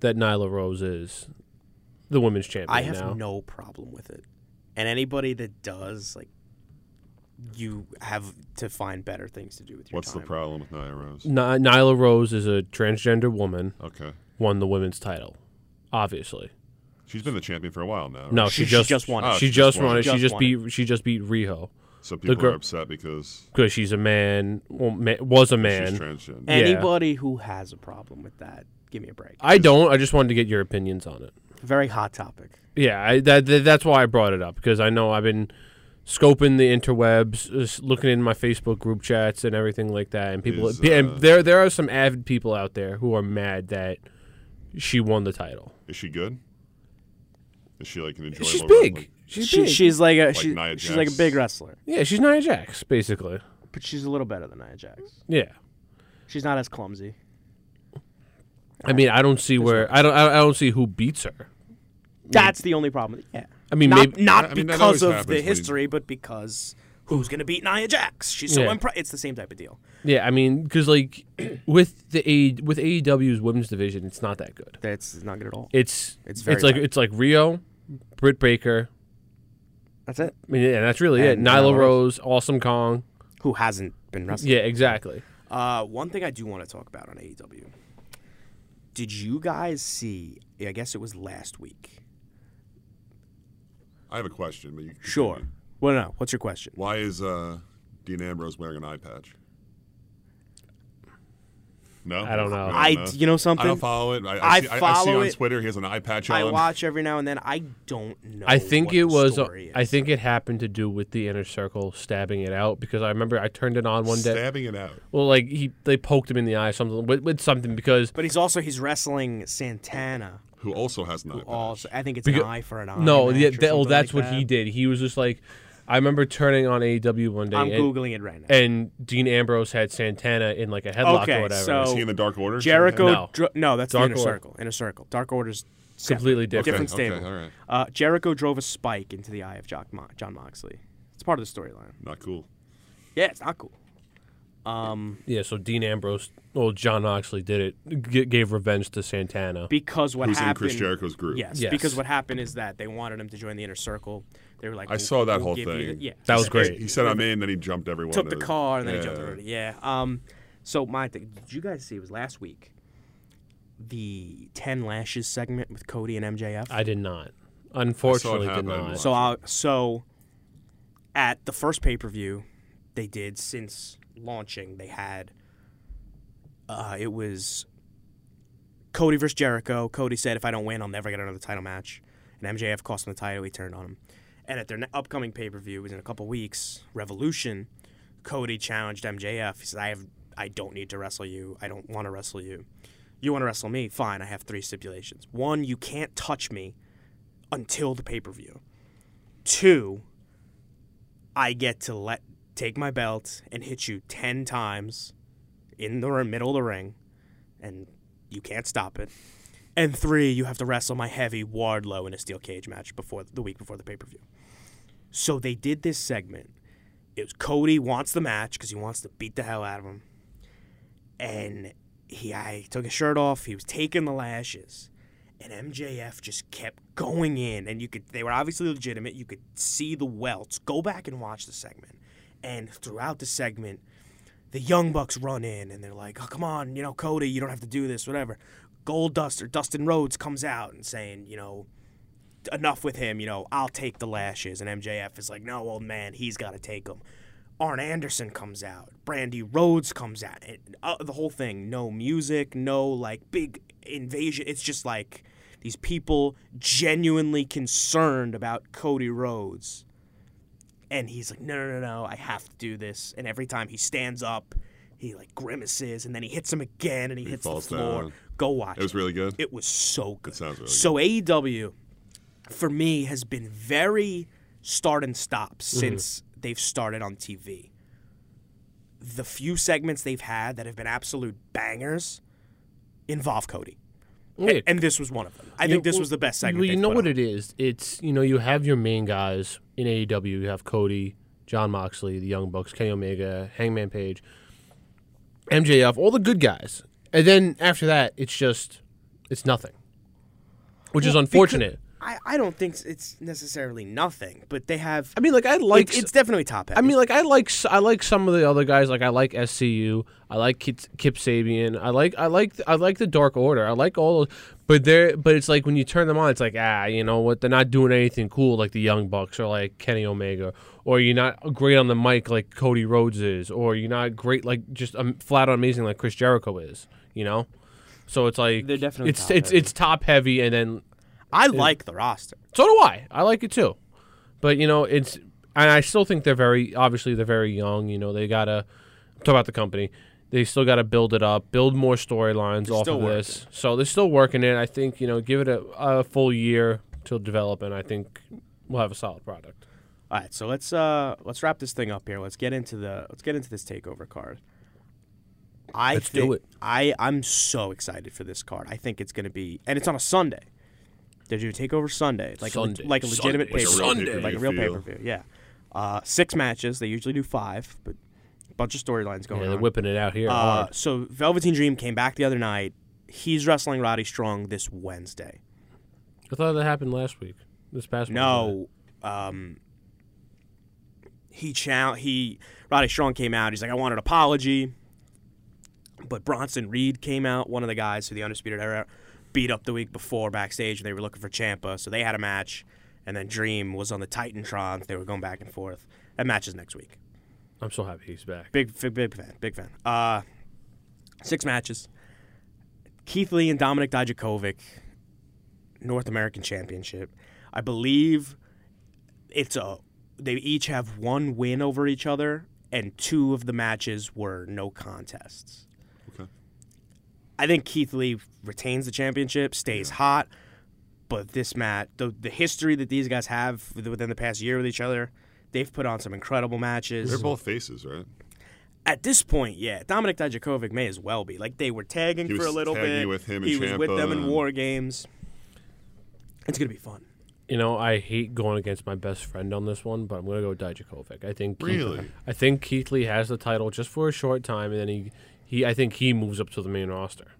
[SPEAKER 5] that Nyla Rose is the women's champion?
[SPEAKER 4] I have
[SPEAKER 5] now?
[SPEAKER 4] no problem with it. And anybody that does, like, you have to find better things to do with your
[SPEAKER 2] What's
[SPEAKER 4] time.
[SPEAKER 2] the problem with Nia Rose?
[SPEAKER 5] Ni- Nyla Rose is a transgender woman.
[SPEAKER 2] Okay,
[SPEAKER 5] Won the women's title, obviously.
[SPEAKER 2] she's been the champion for a while now.
[SPEAKER 5] No,
[SPEAKER 2] right?
[SPEAKER 5] she,
[SPEAKER 4] She- she
[SPEAKER 5] just
[SPEAKER 4] just won it. Oh,
[SPEAKER 5] She
[SPEAKER 2] she
[SPEAKER 5] just
[SPEAKER 2] just won
[SPEAKER 5] won
[SPEAKER 2] it.
[SPEAKER 5] it. She
[SPEAKER 4] Just
[SPEAKER 5] just
[SPEAKER 4] won
[SPEAKER 5] beat. She just beat Riho
[SPEAKER 2] so people
[SPEAKER 5] girl-
[SPEAKER 2] are upset because
[SPEAKER 5] because she's a man. Well, ma- was a
[SPEAKER 2] she's
[SPEAKER 5] man.
[SPEAKER 2] transgender.
[SPEAKER 5] Yeah.
[SPEAKER 4] Anybody who has a problem with that, give me a break.
[SPEAKER 5] I don't. I just wanted to get your opinions on it.
[SPEAKER 4] Very hot topic.
[SPEAKER 5] Yeah, I, that, that that's why I brought it up because I know I've been scoping the interwebs, just looking in my Facebook group chats and everything like that, and people
[SPEAKER 2] Is, uh,
[SPEAKER 5] and there there are some avid people out there who are mad that she won the title.
[SPEAKER 2] Is she good? Is she like an enjoyable?
[SPEAKER 5] She's big.
[SPEAKER 2] wrestler?
[SPEAKER 5] She's
[SPEAKER 4] She,
[SPEAKER 5] big.
[SPEAKER 4] she's like a she,
[SPEAKER 2] Nia
[SPEAKER 4] she's like a
[SPEAKER 2] Jax.
[SPEAKER 4] big wrestler,
[SPEAKER 5] yeah, she's Nia Jax basically.
[SPEAKER 4] but she's a little better than Nia Jax.
[SPEAKER 5] Yeah.
[SPEAKER 4] She's not as clumsy.
[SPEAKER 5] I mean, I don't see where I don't I I don't see who beats her.
[SPEAKER 4] That's the only problem. Yeah.
[SPEAKER 5] I mean,
[SPEAKER 4] not
[SPEAKER 5] maybe
[SPEAKER 4] not
[SPEAKER 2] I mean, that
[SPEAKER 4] because
[SPEAKER 2] always
[SPEAKER 4] of
[SPEAKER 2] happens
[SPEAKER 4] the
[SPEAKER 2] when you-
[SPEAKER 4] history, but because who's gonna beat Nia Jax? She's so
[SPEAKER 5] Yeah.
[SPEAKER 4] impre- It's the same type of deal.
[SPEAKER 5] yeah, I mean, because like with the A with AEW's women's division, it's not that good.
[SPEAKER 4] That's not good at all.
[SPEAKER 5] It's
[SPEAKER 4] It's
[SPEAKER 5] it's,
[SPEAKER 4] very
[SPEAKER 5] like
[SPEAKER 4] bad.
[SPEAKER 5] it's like Rio, Britt Baker,
[SPEAKER 4] That's it.
[SPEAKER 5] I mean, yeah, that's really
[SPEAKER 4] And
[SPEAKER 5] it.
[SPEAKER 4] Nyla
[SPEAKER 5] Nyla Rose, Awesome Kong.
[SPEAKER 4] Who hasn't been wrestling?
[SPEAKER 5] Yeah, exactly.
[SPEAKER 4] Uh, one thing I do want to talk about on E AEW. Did you guys see? I guess it was last week.
[SPEAKER 2] I have a question, but you can
[SPEAKER 4] Sure.
[SPEAKER 2] continue.
[SPEAKER 4] Well, no. What's your question?
[SPEAKER 2] Why is uh, Dean Ambrose wearing an eye patch? No,
[SPEAKER 5] I don't know.
[SPEAKER 4] I, you know something?
[SPEAKER 2] I don't follow it. I, I,
[SPEAKER 4] I
[SPEAKER 2] see, I,
[SPEAKER 4] follow
[SPEAKER 2] see on
[SPEAKER 4] it.
[SPEAKER 2] Twitter he has an eye patch on.
[SPEAKER 4] I watch every now and then. I don't know.
[SPEAKER 5] I think
[SPEAKER 4] what
[SPEAKER 5] it
[SPEAKER 4] the
[SPEAKER 5] was. uh,
[SPEAKER 4] story
[SPEAKER 5] I
[SPEAKER 4] is.
[SPEAKER 5] think it happened to do with the inner circle stabbing it out because I remember I turned it on one day.
[SPEAKER 2] stabbing it out.
[SPEAKER 5] Well, like he, they poked him in the eye, or something with, with something because
[SPEAKER 4] But he's also he's wrestling Santana.
[SPEAKER 2] Who also has an eye patch?
[SPEAKER 4] Also, I think it's
[SPEAKER 5] Because-
[SPEAKER 4] an eye for an eye.
[SPEAKER 5] no,
[SPEAKER 4] match
[SPEAKER 5] yeah,
[SPEAKER 4] or
[SPEAKER 5] that, oh,
[SPEAKER 4] something
[SPEAKER 5] that's
[SPEAKER 4] like
[SPEAKER 5] what
[SPEAKER 4] that.
[SPEAKER 5] he did. He was just like, I remember turning on AEW one day.
[SPEAKER 4] I'm
[SPEAKER 5] and,
[SPEAKER 4] googling it right now.
[SPEAKER 5] and Dean Ambrose had Santana in like a headlock
[SPEAKER 4] Okay,
[SPEAKER 5] or whatever.
[SPEAKER 4] so-
[SPEAKER 2] Is he in the Dark Order?
[SPEAKER 4] Jericho.
[SPEAKER 5] No.
[SPEAKER 4] dro- no that's
[SPEAKER 5] Dark
[SPEAKER 4] the inner
[SPEAKER 5] Order.
[SPEAKER 4] circle. Inner circle. Dark Order's separate.
[SPEAKER 5] Completely different.
[SPEAKER 4] different
[SPEAKER 2] Okay,
[SPEAKER 4] stable.
[SPEAKER 2] all right.
[SPEAKER 4] uh, Jericho drove a spike into the eye of Jock Mo- John Moxley. It's part of the storyline.
[SPEAKER 2] Not cool.
[SPEAKER 4] Yeah, it's not cool.
[SPEAKER 5] Yeah, so Dean Ambrose, well, John Oxley did it, g- gave revenge to Santana.
[SPEAKER 4] Because what
[SPEAKER 2] Who's in
[SPEAKER 4] happened?
[SPEAKER 2] Chris Jericho's group?
[SPEAKER 4] Yes,
[SPEAKER 5] Yes.
[SPEAKER 4] because what happened is that they wanted him to join the inner circle. They were like,
[SPEAKER 2] I
[SPEAKER 4] "We'll-
[SPEAKER 2] saw that
[SPEAKER 4] we'll
[SPEAKER 2] whole
[SPEAKER 4] give you
[SPEAKER 2] thing.
[SPEAKER 4] the-" yeah,
[SPEAKER 5] That was
[SPEAKER 4] He said-
[SPEAKER 5] great.
[SPEAKER 2] He said I'm in, then he jumped everyone.
[SPEAKER 4] Took the
[SPEAKER 2] to-
[SPEAKER 4] car and then he jumped
[SPEAKER 2] Yeah.
[SPEAKER 4] over. Yeah. Um. So my thing. Did you guys see? It was last week. The ten lashes segment with Cody and MJF.
[SPEAKER 5] I did not. Unfortunately, did
[SPEAKER 2] happen.
[SPEAKER 5] not.
[SPEAKER 4] So I so at the first pay per view they did since launching, they had uh, it was Cody versus Jericho. Cody said, "If I don't win, I'll never get another title match." And MJF cost him the title. He turned on him. And at their ne- upcoming pay per view, was in a couple weeks, Revolution. Cody challenged MJF. He said, "I have, I don't need to wrestle you. I don't want to wrestle you. You want to wrestle me? Fine. I have three stipulations. One, you can't touch me until the pay per view. Two, I get to let take my belt and hit you ten times in the r- middle of the ring, and you can't stop it. And three, you have to wrestle my heavy Wardlow in a steel cage match before the week before the pay per view. So they did this segment. It was Cody wants the match because he wants to beat the hell out of him, and he I took his shirt off. He was taking the lashes and MJF just kept going in, and you could they were obviously legitimate. You could see the welts. Go back and watch the segment, and throughout the segment, the Young Bucks run in, and they're like, "Oh, come on, you know, Cody, you don't have to do this, whatever." Gold Dust or Dustin Rhodes comes out and saying, you know, enough with him. You know, I'll take the lashes. And MJF is like, no, old man, he's got to take them. Arn Anderson comes out. Brandy Rhodes comes out. And, uh, the whole thing. No music, no like big invasion. It's just like these people genuinely concerned about Cody Rhodes. And he's like, no, no, no, no, I have to do this. And every time he stands up, he like grimaces and then he hits him again and he, hits the
[SPEAKER 2] falls
[SPEAKER 4] floor.
[SPEAKER 2] down.
[SPEAKER 4] Go watch
[SPEAKER 2] It was really good.
[SPEAKER 4] it was so good.
[SPEAKER 2] sounds really
[SPEAKER 4] so AEW, for me, has been very start and stop since they've started on TV. The few segments they've had that have been absolute bangers involve Cody,
[SPEAKER 5] Yeah,
[SPEAKER 4] and this was one of them. I
[SPEAKER 5] you-
[SPEAKER 4] think this
[SPEAKER 5] well,
[SPEAKER 4] was the best segment.
[SPEAKER 5] Well, you
[SPEAKER 4] they've
[SPEAKER 5] know
[SPEAKER 4] put
[SPEAKER 5] what
[SPEAKER 4] on.
[SPEAKER 5] it is. It's you know you have your main guys in AEW. You have Cody, John Moxley, the Young Bucks, Kenny Omega, Hangman Page, MJF, all the good guys. And then after that, it's just it's nothing, which is unfortunate.
[SPEAKER 4] I, I don't think it's necessarily nothing, but they have.
[SPEAKER 5] I mean, like I like
[SPEAKER 4] it's, it's definitely top heavy.
[SPEAKER 5] I mean, like I like s- I like some of the other guys. Like I like SCU. I like Kip, Kip Sabian. I like I like I like the Dark Order. I like all those. But they're but it's like when you turn them on, it's like ah, you know what? They're not doing anything cool like the Young Bucks or like Kenny Omega, or you're not great on the mic like Cody Rhodes is, or you're not great like just um, flat out amazing like Chris Jericho is. You know, so it's like
[SPEAKER 4] They're definitely
[SPEAKER 5] it's
[SPEAKER 4] top
[SPEAKER 5] it's
[SPEAKER 4] heavy.
[SPEAKER 5] it's top heavy, and then
[SPEAKER 4] I like the roster.
[SPEAKER 5] so do I. I like it too. But you know, it's and I still think they're very obviously they're very young. You know, they gotta talk about the company. They still gotta build it up, build more storylines off
[SPEAKER 4] still
[SPEAKER 5] of this. So they're still working it. I think you know, give it a, a full year to develop, and I think we'll have a solid product.
[SPEAKER 4] All right, so let's uh let's wrap this thing up here. Let's get into the let's get into this takeover card. I
[SPEAKER 5] Let's do
[SPEAKER 4] think,
[SPEAKER 5] it.
[SPEAKER 4] I I'm so excited for this card. I think it's going to be and it's on a Sunday. They do a takeover Sunday, like
[SPEAKER 5] Sunday.
[SPEAKER 4] A, le- like a legitimate
[SPEAKER 5] Sunday.
[SPEAKER 4] pay per
[SPEAKER 5] Sunday.
[SPEAKER 4] like a real pay per
[SPEAKER 2] Pay-per-view.
[SPEAKER 4] view. Yeah, uh, six matches. They usually do five, but a bunch of storylines going
[SPEAKER 5] Yeah, they're
[SPEAKER 4] on.
[SPEAKER 5] whipping it out here.
[SPEAKER 4] Uh,
[SPEAKER 5] hard.
[SPEAKER 4] so Velveteen Dream came back the other night. He's wrestling Roddy Strong this Wednesday.
[SPEAKER 5] I thought that happened last week. This past week.
[SPEAKER 4] No, um, he chal- he Roddy Strong came out. He's like, I want an apology. But Bronson Reed came out, one of the guys who the Undisputed Era beat up the week before backstage, and they were looking for Champa, so they had a match. and then Dream was on the Titantrons. They were going back and forth. That matches next week.
[SPEAKER 5] I'm so happy he's back.
[SPEAKER 4] Big, big, big fan. Big fan. Uh, six matches. Keith Lee and Dominic Dijakovic, North American Championship. I believe it's a. They each have one win over each other, and two of the matches were no contests.
[SPEAKER 2] Okay.
[SPEAKER 4] I think Keith Lee retains the championship, stays hot, but this match, the, the history that these guys have within the past year with each other, they've put on some incredible matches.
[SPEAKER 2] They're both faces, right?
[SPEAKER 4] At this point, yeah, Dominic Dijakovic may as well be. Like they were tagging
[SPEAKER 2] He
[SPEAKER 4] for a
[SPEAKER 2] was
[SPEAKER 4] little
[SPEAKER 2] tagging
[SPEAKER 4] bit.
[SPEAKER 2] with him and
[SPEAKER 4] he was with
[SPEAKER 2] Ciampa
[SPEAKER 4] them in
[SPEAKER 2] and-
[SPEAKER 4] war games. It's gonna be fun.
[SPEAKER 5] You know, I hate going against my best friend on this one, but I'm gonna go Dijakovic. I think Keith-
[SPEAKER 2] Really?
[SPEAKER 5] I think Keith Lee has the title just for a short time, and then he, he I think he moves up to the main roster,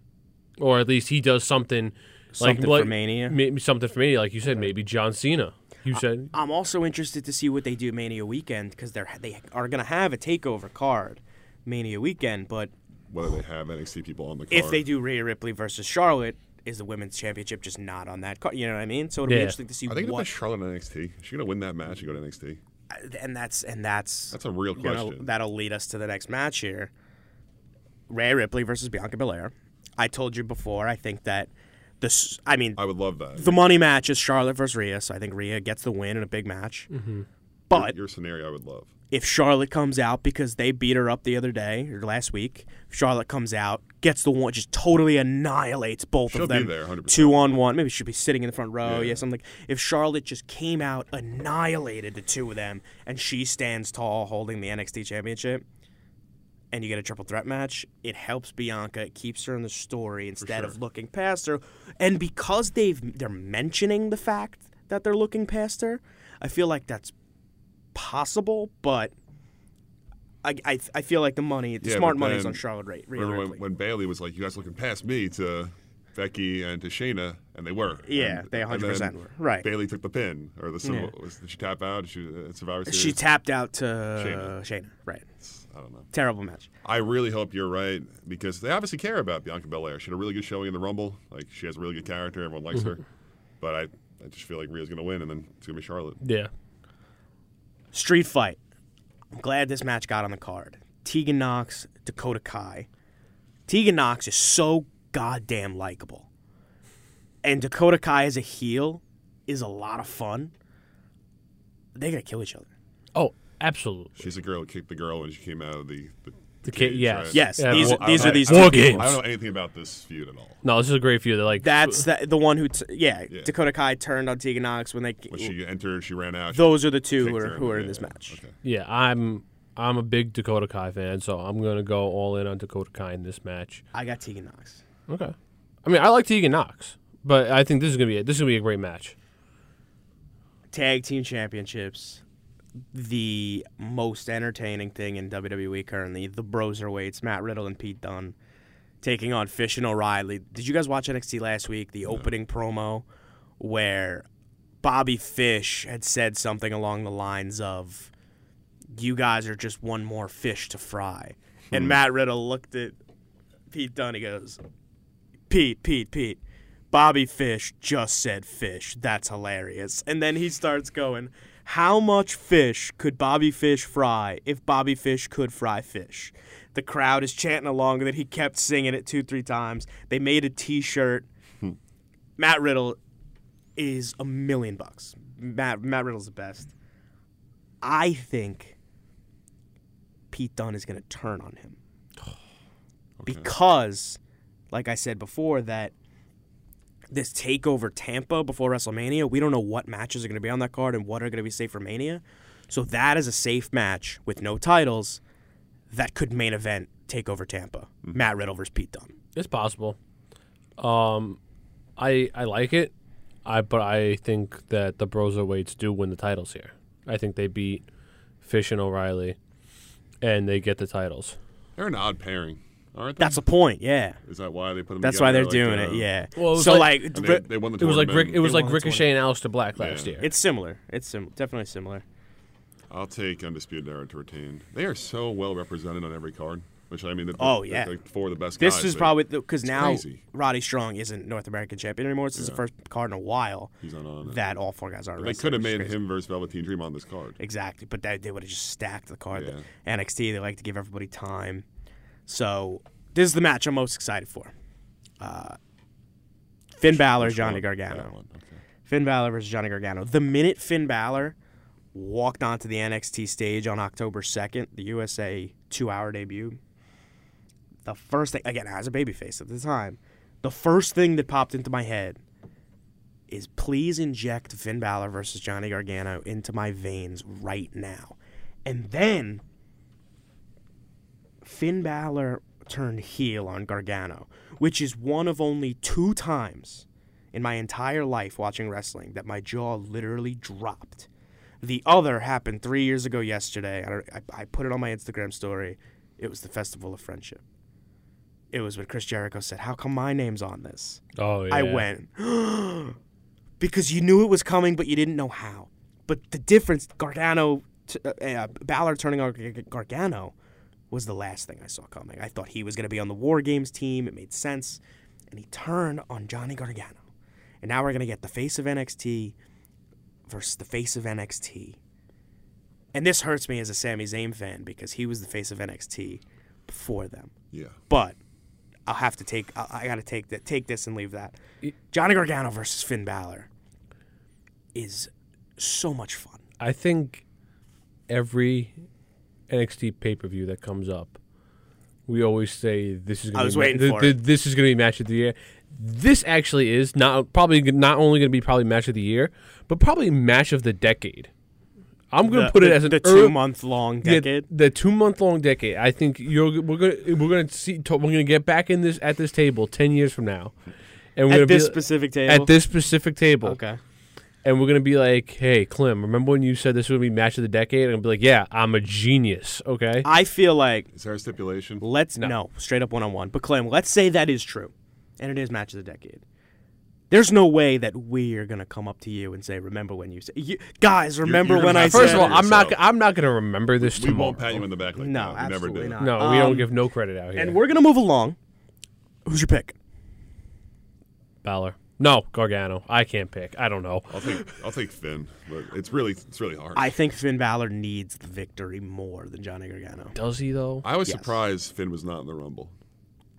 [SPEAKER 5] or at least he does something,
[SPEAKER 4] Something
[SPEAKER 5] like
[SPEAKER 4] for
[SPEAKER 5] like,
[SPEAKER 4] Mania? Uh,
[SPEAKER 5] maybe something for Mania, like you said, maybe John Cena. You said
[SPEAKER 4] I'm also interested to see what they do Mania weekend because they're they are gonna have a takeover card Mania weekend. But
[SPEAKER 2] Whether they have NXT people on the card.
[SPEAKER 4] if they do Rhea Ripley versus Charlotte, is the women's championship just not on that card? You know what I mean? So it'll be
[SPEAKER 5] Yeah.
[SPEAKER 4] interesting to see
[SPEAKER 2] I think
[SPEAKER 4] what.
[SPEAKER 2] it's Charlotte in NXT. Is she gonna win that match and go to NXT?
[SPEAKER 4] and that's and that's
[SPEAKER 2] That's a real
[SPEAKER 4] gonna-
[SPEAKER 2] question.
[SPEAKER 4] that'll lead us to the next match here. Rhea Ripley versus Bianca Belair. I told you before. I think that this. I mean,
[SPEAKER 2] I would love that.
[SPEAKER 4] the money match is Charlotte versus Rhea, so I think Rhea gets the win in a big match.
[SPEAKER 2] Mm-hmm.
[SPEAKER 4] But
[SPEAKER 2] Your scenario, I would love.
[SPEAKER 4] if Charlotte comes out because they beat her up the other day or last week, if Charlotte comes out, gets the one, just totally annihilates both
[SPEAKER 2] She'll
[SPEAKER 4] of
[SPEAKER 2] be
[SPEAKER 4] them.
[SPEAKER 2] there, 100%.
[SPEAKER 4] Two on one. Maybe she'd be sitting in the front row. Yeah.
[SPEAKER 2] Yeah.
[SPEAKER 4] something. like- If Charlotte just came out, annihilated the two of them, and she stands tall holding the NXT championship, and you get a triple threat match, it helps Bianca. It keeps her in the story instead of looking past her. And because they've they're mentioning the fact that they're looking past her, I feel like that's possible, but I, I, I feel like the money, the
[SPEAKER 2] Yeah,
[SPEAKER 4] smart
[SPEAKER 2] but
[SPEAKER 4] money's
[SPEAKER 2] then-
[SPEAKER 4] on Charlotte Ray. Rhea
[SPEAKER 2] Remember
[SPEAKER 4] Ripley.
[SPEAKER 2] when, when Bailey was like, "You guys looking past me to Becky and to Shayna," and they were.
[SPEAKER 4] Yeah,
[SPEAKER 2] And-
[SPEAKER 4] they
[SPEAKER 2] and
[SPEAKER 4] 100%
[SPEAKER 2] then
[SPEAKER 4] were. Right.
[SPEAKER 2] Bailey took the pin or the symbol.
[SPEAKER 4] Yeah.
[SPEAKER 2] Was, did she tap out? Did she uh, Survivor Series.
[SPEAKER 4] she tapped out to Shayna. Right.
[SPEAKER 2] I don't know.
[SPEAKER 4] Terrible match.
[SPEAKER 2] I really hope you're right because they obviously care about Bianca Belair. She had a really good showing in the Rumble. Like she has a really good character. Everyone likes her.
[SPEAKER 4] Mm-hmm.
[SPEAKER 2] But I, I just feel like Rhea's gonna win, and then it's gonna be Charlotte.
[SPEAKER 5] yeah.
[SPEAKER 4] Street fight. I'm glad this match got on the card. Tegan Knox, Dakota Kai. Tegan Knox is so goddamn likable. And Dakota Kai as a heel is a lot of fun. They gotta kill each other.
[SPEAKER 5] Oh, absolutely.
[SPEAKER 2] She's a girl who kicked the girl when she came out of the. the
[SPEAKER 5] The kid,
[SPEAKER 2] cage,
[SPEAKER 5] yes,
[SPEAKER 2] right?
[SPEAKER 4] Yes,
[SPEAKER 5] Yeah,
[SPEAKER 4] these-
[SPEAKER 5] well,
[SPEAKER 2] I
[SPEAKER 4] these
[SPEAKER 2] don't-
[SPEAKER 4] are these
[SPEAKER 2] I don't-
[SPEAKER 5] war
[SPEAKER 2] I don't-
[SPEAKER 5] games.
[SPEAKER 2] I don't know anything about this feud at all.
[SPEAKER 5] No, this is a great feud. They're like
[SPEAKER 4] That's that, the one who t- yeah Dakota Kai turned on Tegan Knox when they
[SPEAKER 2] When she entered, she ran out. she
[SPEAKER 4] those are the two who
[SPEAKER 2] kicked
[SPEAKER 4] are,
[SPEAKER 2] her
[SPEAKER 4] who are in
[SPEAKER 2] yeah,
[SPEAKER 4] this
[SPEAKER 2] yeah,
[SPEAKER 4] match.
[SPEAKER 2] okay.
[SPEAKER 5] Yeah, I'm I'm a big Dakota Kai fan, so I'm gonna go all in on Dakota Kai in this match.
[SPEAKER 4] I got Tegan Knox.
[SPEAKER 5] Okay. I mean, I like Tegan Knox, but I think this is gonna be a, this is gonna be a great match.
[SPEAKER 4] Tag team championships, the most entertaining thing in WWE currently. The Broserweights, Matt Riddle and Pete Dunne, taking on Fish and O'Reilly. Did you guys watch NXT last week? The opening promo where Bobby Fish had said something along the lines of, "You guys are just one more fish to fry," and Matt Riddle looked at Pete Dunne. He goes, Pete, Pete, Pete. Bobby Fish just said fish. That's hilarious. And then he starts going, How much fish could Bobby Fish fry if Bobby Fish could fry fish? The crowd is chanting along that he kept singing it two, three times. They made a t shirt. Matt Riddle is a million bucks. Matt, Matt Riddle's the best. I think Pete Dunne is going to turn on him because, like I said before, that this takeover Tampa before WrestleMania, we don't know what matches are going to be on that card and what are going to be safe for Mania. So that is a safe match with no titles that could main event Takeover Tampa.
[SPEAKER 2] Mm-hmm.
[SPEAKER 4] Matt Riddle versus Pete Dunne.
[SPEAKER 5] It's possible. Um, I I like it. I but I think that the Broserweights do win the titles here. I think they beat Fish and O'Reilly, and they get the titles.
[SPEAKER 2] They're an odd pairing, aren't they?
[SPEAKER 4] That's the point. Yeah,
[SPEAKER 2] Is that why they put them?
[SPEAKER 4] that's why they're
[SPEAKER 2] together,
[SPEAKER 4] doing
[SPEAKER 2] like,
[SPEAKER 4] it.
[SPEAKER 2] uh,
[SPEAKER 4] Yeah.
[SPEAKER 5] Well, it was
[SPEAKER 4] so
[SPEAKER 5] like-
[SPEAKER 4] like,
[SPEAKER 2] and
[SPEAKER 4] Ri-
[SPEAKER 2] They, they won the
[SPEAKER 5] It was like
[SPEAKER 2] tournament.
[SPEAKER 5] Rick. It was
[SPEAKER 4] They
[SPEAKER 5] like
[SPEAKER 4] won the
[SPEAKER 5] Ricochet and Alistair Black last
[SPEAKER 2] Yeah.
[SPEAKER 5] year.
[SPEAKER 4] it's similar. It's similar. Definitely similar.
[SPEAKER 2] I'll take Undisputed Era to retain. They are so well represented on every card. Which I mean, the,
[SPEAKER 4] Oh,
[SPEAKER 2] the-
[SPEAKER 4] yeah.
[SPEAKER 2] like four of the best.
[SPEAKER 4] This
[SPEAKER 2] guys,
[SPEAKER 4] is
[SPEAKER 2] but
[SPEAKER 4] probably because now
[SPEAKER 2] crazy.
[SPEAKER 4] Roddy Strong isn't North American champion anymore. This is the first card in a while
[SPEAKER 2] he's not on it.
[SPEAKER 4] that all four guys are.
[SPEAKER 2] they could have made him versus Velveteen Dream on this card.
[SPEAKER 4] exactly, but they, they would have just stacked the card.
[SPEAKER 2] Yeah.
[SPEAKER 4] NXT they like to give everybody time, so this is the match I'm most excited for. Uh, Finn Balor, Johnny
[SPEAKER 2] That
[SPEAKER 4] Gargano.
[SPEAKER 2] one, okay.
[SPEAKER 4] Finn Balor versus Johnny Gargano. The minute Finn Balor walked onto the NXT stage on October 2nd, the USA two hour debut, the first thing, again, as a babyface at the time, the first thing that popped into my head is please inject Finn Balor versus Johnny Gargano into my veins right now. And then Finn Balor turned heel on Gargano, which is one of only two times in my entire life watching wrestling that my jaw literally dropped. The other happened three years ago yesterday. I, I, I put it on my Instagram story. It was the Festival of Friendship. It was when Chris Jericho said, How come my name's on this?
[SPEAKER 5] Oh yeah.
[SPEAKER 4] I went because you knew it was coming, but you didn't know how. But the difference, Gargano, t- uh, uh, Balor turning on Gar- Gargano, was the last thing I saw coming. I thought he was going to be on the War Games team. It made sense, and he turned on Johnny Gargano, and now we're going to get the face of NXT versus the face of NXT. And this hurts me as a Sami Zayn fan because he was the face of NXT before them
[SPEAKER 2] Yeah.
[SPEAKER 4] but I'll have to take. I, I got to take that. Take this and leave that. Johnny Gargano versus Finn Balor is so much fun.
[SPEAKER 5] I think every NXT pay per view that comes up, we always say this is. Gonna
[SPEAKER 4] I was
[SPEAKER 5] be ma-
[SPEAKER 4] waiting
[SPEAKER 5] th-
[SPEAKER 4] for
[SPEAKER 5] th- This is going to be match of the year. This actually is not probably g- not only going to be probably match of the year, but probably match of the decade. I'm going to put it as an
[SPEAKER 4] the
[SPEAKER 5] ear-
[SPEAKER 4] two month long
[SPEAKER 5] yeah,
[SPEAKER 4] decade.
[SPEAKER 5] the two month long decade. I think you're we're gonna we're gonna see to- we're gonna get back in this at this table ten years from now, and we're gonna
[SPEAKER 4] At this
[SPEAKER 5] be,
[SPEAKER 4] specific table.
[SPEAKER 5] at this specific table
[SPEAKER 4] okay.
[SPEAKER 5] and we're gonna be like, "Hey, Clem, remember when you said this would be match of the decade?" And I'll be like, "Yeah, I'm a genius." Okay,
[SPEAKER 4] I feel like
[SPEAKER 2] Is there a stipulation?
[SPEAKER 4] let's no, straight up one on one. But Clem, let's say that is true, and it is match of the decade. There's no way that we are gonna come up to you and say, "Remember when you said, you, guys? Remember
[SPEAKER 2] you're
[SPEAKER 4] when
[SPEAKER 2] gonna
[SPEAKER 4] I
[SPEAKER 2] have to
[SPEAKER 5] first
[SPEAKER 4] said."
[SPEAKER 5] of all, I'm not
[SPEAKER 2] yourself.
[SPEAKER 5] I'm not gonna remember this
[SPEAKER 2] we
[SPEAKER 5] tomorrow.
[SPEAKER 2] won't pat you in the back like
[SPEAKER 4] no,
[SPEAKER 2] that. We never
[SPEAKER 4] absolutely
[SPEAKER 2] did.
[SPEAKER 4] not.
[SPEAKER 5] no, we don't
[SPEAKER 4] Um,
[SPEAKER 5] give no credit out here.
[SPEAKER 4] And we're gonna move along. Who's your pick?
[SPEAKER 5] Balor. No, Gargano. I can't pick. I don't know.
[SPEAKER 2] I'll take I'll take Finn, but it's really it's really hard. I,
[SPEAKER 4] I think Finn Balor needs the victory more than Johnny Gargano.
[SPEAKER 5] Does he though?
[SPEAKER 2] was
[SPEAKER 4] Yes.
[SPEAKER 2] surprised Finn was not in the Rumble.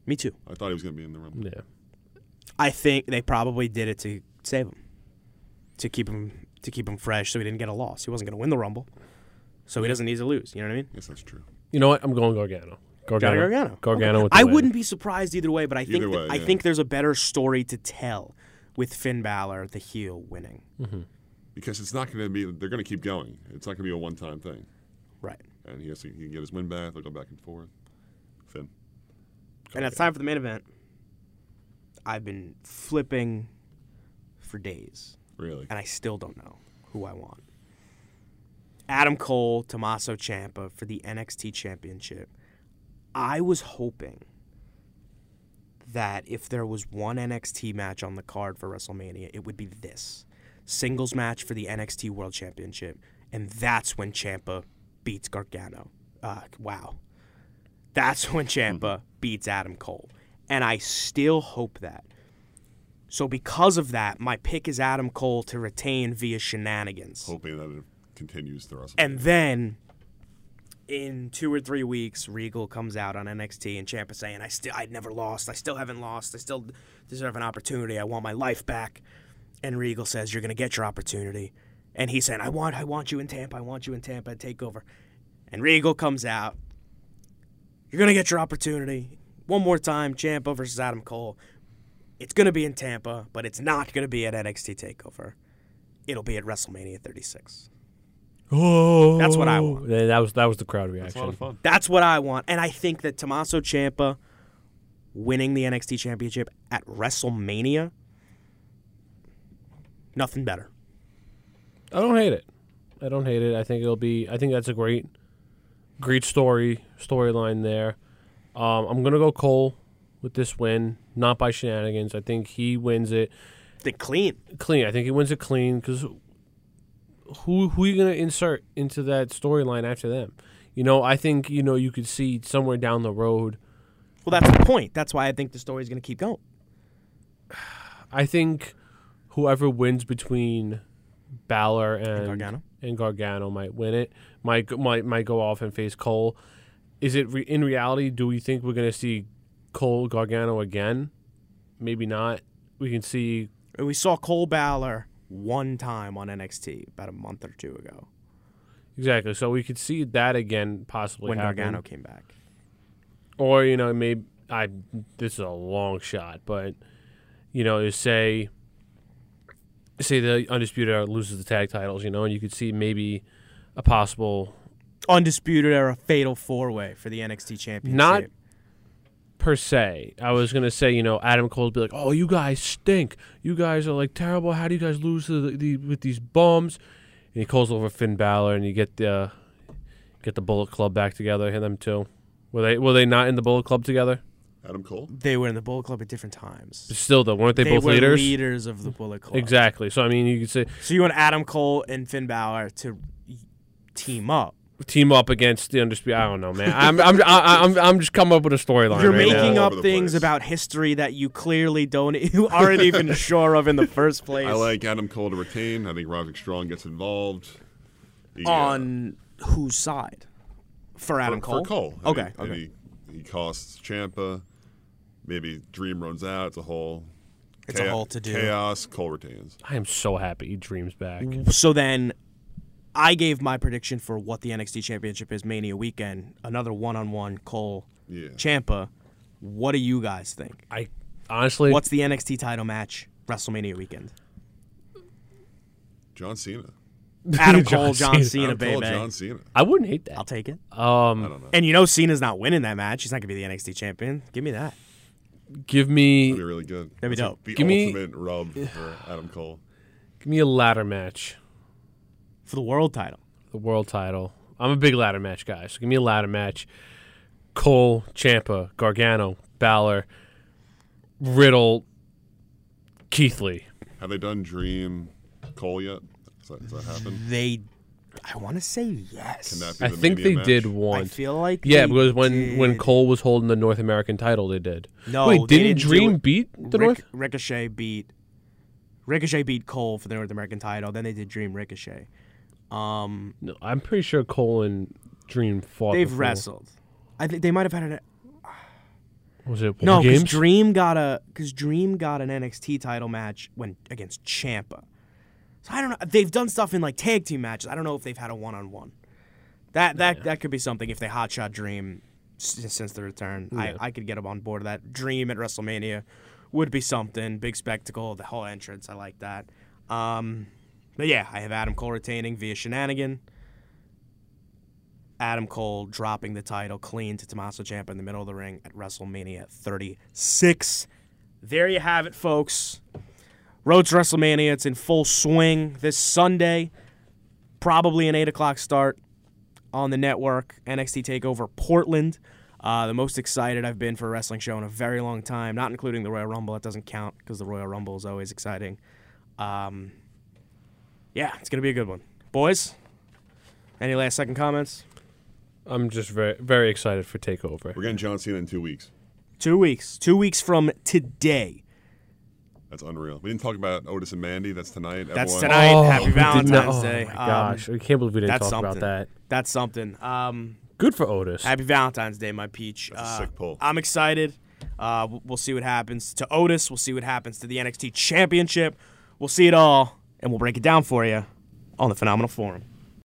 [SPEAKER 4] Me too.
[SPEAKER 2] I thought he was going to be in the Rumble.
[SPEAKER 5] Yeah.
[SPEAKER 4] I think they probably did it to save him, to keep him, to keep him fresh, so he didn't get a loss. He wasn't going to win the Rumble, so he doesn't need to lose. You know what I mean?
[SPEAKER 2] Yes, that's true.
[SPEAKER 5] You know what? I'm going Gargano. Gargano.
[SPEAKER 4] Johnny Gargano.
[SPEAKER 5] Gargano.
[SPEAKER 4] Okay.
[SPEAKER 5] With the
[SPEAKER 4] I
[SPEAKER 5] win.
[SPEAKER 4] wouldn't be surprised either way, but I think
[SPEAKER 2] Either
[SPEAKER 4] that-
[SPEAKER 2] way,
[SPEAKER 4] I
[SPEAKER 2] yeah.
[SPEAKER 4] think there's a better story to tell with Finn Balor, the heel, winning.
[SPEAKER 2] Because it's not going to be they're going to keep going. It's not going to be a one-time thing.
[SPEAKER 4] Right.
[SPEAKER 2] And he has to he can get his win back, they'll go back and forth. Finn.
[SPEAKER 4] And it's time for the main event. I've been flipping for days.
[SPEAKER 2] Really.
[SPEAKER 4] and I still don't know who I want. Adam Cole, Tommaso Ciampa for the NXT Championship. I was hoping that if there was one NXT match on the card for WrestleMania, it would be this singles match for the NXT World Championship, and that's when Ciampa beats Gargano. Uh, wow, that's when Ciampa beats Adam Cole, and I still hope that. So because of that, my pick is Adam Cole to retain via shenanigans.
[SPEAKER 2] Hoping that it continues the rest.
[SPEAKER 4] And then in two or three weeks, Regal comes out on NXT and Champa saying, "I still, I never lost. I still haven't lost. I still deserve an opportunity. I want my life back." And Regal says, "You're gonna get your opportunity." And he's saying, "I want, I want you in Tampa. I want you in Tampa. Take over." And Regal comes out. You're gonna get your opportunity one more time. Champa versus Adam Cole. It's gonna be in Tampa, but it's not gonna be at NXT Takeover. It'll be at WrestleMania 36.
[SPEAKER 5] Oh,
[SPEAKER 4] That's what I want.
[SPEAKER 5] Yeah, That was that was the crowd reaction. That's a lot of fun.
[SPEAKER 4] That's what I want. And I think that Tommaso Ciampa winning the NXT championship at WrestleMania, nothing better.
[SPEAKER 5] I don't hate it. I don't hate it. I think it'll be. I think that's a great, great story storyline there. Um, I'm gonna go Cole with this win, not by shenanigans. I think he wins it
[SPEAKER 4] The clean.
[SPEAKER 5] clean. I think he wins it clean because who who are you going to insert into that storyline after them? You know, I think you know you could see somewhere down the road.
[SPEAKER 4] Well, that's the point. That's why I think the story's going to keep going.
[SPEAKER 5] I think whoever wins between Balor and
[SPEAKER 4] Gargano?
[SPEAKER 5] and Gargano might win it. Might go- might might go off and face Cole. Is it re- in reality? Do we think we're going to see Cole Gargano again? Maybe not. We can see
[SPEAKER 4] We saw Cole Balor one time on NXT about a month or two ago
[SPEAKER 5] exactly. So we could see that again possibly
[SPEAKER 4] when
[SPEAKER 5] happen.
[SPEAKER 4] Gargano came back.
[SPEAKER 5] or you know maybe I this is a long shot, but you know is say say the undisputed Era loses the tag titles, you know, and you could see maybe a possible
[SPEAKER 4] Undisputed era fatal four way for the NXT championship.
[SPEAKER 5] not per se. I was gonna say you know Adam Cole's be like, oh you guys stink, you guys are like terrible. How do you guys lose to the, the with these bums? And he calls over Finn Balor, and you get the uh, get the Bullet Club back together. Hit them too. Were they were they not in the Bullet Club together?
[SPEAKER 2] Adam Cole.
[SPEAKER 4] they were in the Bullet Club at different times.
[SPEAKER 5] Still though, weren't they, both
[SPEAKER 4] were
[SPEAKER 5] leaders?
[SPEAKER 4] of the Bullet Club.
[SPEAKER 5] Exactly. So I mean, you could say
[SPEAKER 4] So you want Adam Cole and Finn Balor to team up.
[SPEAKER 5] team up against the undisputed. I don't know, man. I'm I'm I- I'm I'm just coming up with a storyline.
[SPEAKER 4] You're
[SPEAKER 5] right
[SPEAKER 4] making
[SPEAKER 5] now.
[SPEAKER 2] all
[SPEAKER 4] up
[SPEAKER 2] over the
[SPEAKER 4] things
[SPEAKER 2] place.
[SPEAKER 4] about history that you clearly don't, e-, you aren't even sure of in the first place.
[SPEAKER 2] I like Adam Cole to retain. I think Roderick Strong gets involved. uh, Yeah.
[SPEAKER 4] on whose side? For Adam Cole.
[SPEAKER 2] for Cole. I
[SPEAKER 4] Okay.
[SPEAKER 2] mean,
[SPEAKER 4] okay.
[SPEAKER 2] and He, he costs Champa. Maybe Dream runs out. It's a whole.
[SPEAKER 4] It's a whole to-do.
[SPEAKER 2] Chaos. Cole retains.
[SPEAKER 5] I am so happy. He dreams back.
[SPEAKER 4] So then, I gave my prediction for what the NXT Championship is Mania weekend. Another one-on-one Cole,
[SPEAKER 2] Yeah.
[SPEAKER 4] Champa. What do you guys think?
[SPEAKER 5] I honestly,
[SPEAKER 4] What's the NXT title match WrestleMania weekend?
[SPEAKER 2] John Cena.
[SPEAKER 4] Adam
[SPEAKER 5] John
[SPEAKER 4] Cole, John
[SPEAKER 5] Cena. Um,
[SPEAKER 4] Cena,
[SPEAKER 2] Adam Cole,
[SPEAKER 4] baby.
[SPEAKER 2] John Cena.
[SPEAKER 5] I wouldn't hate
[SPEAKER 4] I'll
[SPEAKER 5] that.
[SPEAKER 4] take it.
[SPEAKER 2] I don't know.
[SPEAKER 4] And you know Cena's not winning that match. He's not gonna be the NXT champion. Give me that.
[SPEAKER 5] Give me
[SPEAKER 2] That'd be really good.
[SPEAKER 4] That'd be
[SPEAKER 2] That's like
[SPEAKER 4] dope.
[SPEAKER 2] The
[SPEAKER 5] Give me-
[SPEAKER 2] ultimate rub for Adam Cole.
[SPEAKER 5] give me a ladder match,
[SPEAKER 4] For the world title.
[SPEAKER 5] the world title. I'm a big ladder match guy, so give me a ladder match. Cole, Champa, Gargano, Balor, Riddle, Keith Lee.
[SPEAKER 2] Have they done Dream Cole yet? Does that, does that happen?
[SPEAKER 4] They I wanna say yes.
[SPEAKER 2] Can that be
[SPEAKER 5] I
[SPEAKER 2] the
[SPEAKER 5] think
[SPEAKER 2] Mania
[SPEAKER 5] they
[SPEAKER 2] match?
[SPEAKER 5] did one.
[SPEAKER 4] I feel like
[SPEAKER 5] Yeah,
[SPEAKER 4] they
[SPEAKER 5] because when when
[SPEAKER 4] did-
[SPEAKER 5] Cole was holding the North American title, they did.
[SPEAKER 4] No,
[SPEAKER 5] wait,
[SPEAKER 4] they
[SPEAKER 5] didn't,
[SPEAKER 4] didn't do
[SPEAKER 5] Dream
[SPEAKER 4] it.
[SPEAKER 5] beat the
[SPEAKER 4] Ric-
[SPEAKER 5] North?
[SPEAKER 4] Ricochet beat Ricochet beat Cole for the North American title, then they did Dream Ricochet. Um
[SPEAKER 5] No, I'm pretty sure Cole and Dream fought.
[SPEAKER 4] they've
[SPEAKER 5] before.
[SPEAKER 4] wrestled. I think they might have had an
[SPEAKER 5] Was it War
[SPEAKER 4] No, because
[SPEAKER 5] Games?
[SPEAKER 4] Dream got a because Dream got an NXT title match when against Champa. So I don't know. They've done stuff in like tag team matches. I don't know if they've had a one on one. That that that could be something if they hotshot Dream s- since the return. I, I could get him on board of that. Dream at WrestleMania would be something. Big spectacle, the whole entrance. I like that. Um, but yeah, I have Adam Cole retaining via shenanigan. Adam Cole dropping the title clean to Tommaso Ciampa in the middle of the ring at WrestleMania 36. There you have it, folks. Road to WrestleMania. It's in full swing this Sunday. Probably an 8 o'clock start on the network. NXT TakeOver Portland. Uh, the most excited I've been for a wrestling show in a very long time, not including the Royal Rumble. That doesn't count because the Royal Rumble is always exciting. Um, yeah, it's going to be a good one. Boys, any last second comments?
[SPEAKER 5] I'm just very very excited for Takeover.
[SPEAKER 2] We're getting John Cena in two weeks.
[SPEAKER 4] Two weeks. Two weeks from today.
[SPEAKER 2] That's unreal. We didn't talk about Otis and Mandy. That's tonight.
[SPEAKER 4] That's
[SPEAKER 2] Everyone-
[SPEAKER 4] tonight.
[SPEAKER 5] we
[SPEAKER 4] Happy
[SPEAKER 5] did
[SPEAKER 4] Valentine's
[SPEAKER 5] not- oh
[SPEAKER 4] Day.
[SPEAKER 5] my
[SPEAKER 4] Um,
[SPEAKER 5] gosh, I can't believe we didn't talk
[SPEAKER 4] that's something.
[SPEAKER 5] about that.
[SPEAKER 4] That's something. Um,
[SPEAKER 5] Good for Otis.
[SPEAKER 4] happy Valentine's Day, my peach. Uh,
[SPEAKER 2] a sick pull.
[SPEAKER 4] I'm excited. Uh, w- we'll see what happens to Otis. We'll see what happens to the NXT Championship. We'll see it all, and we'll break it down for you on the Phenomenal Forum.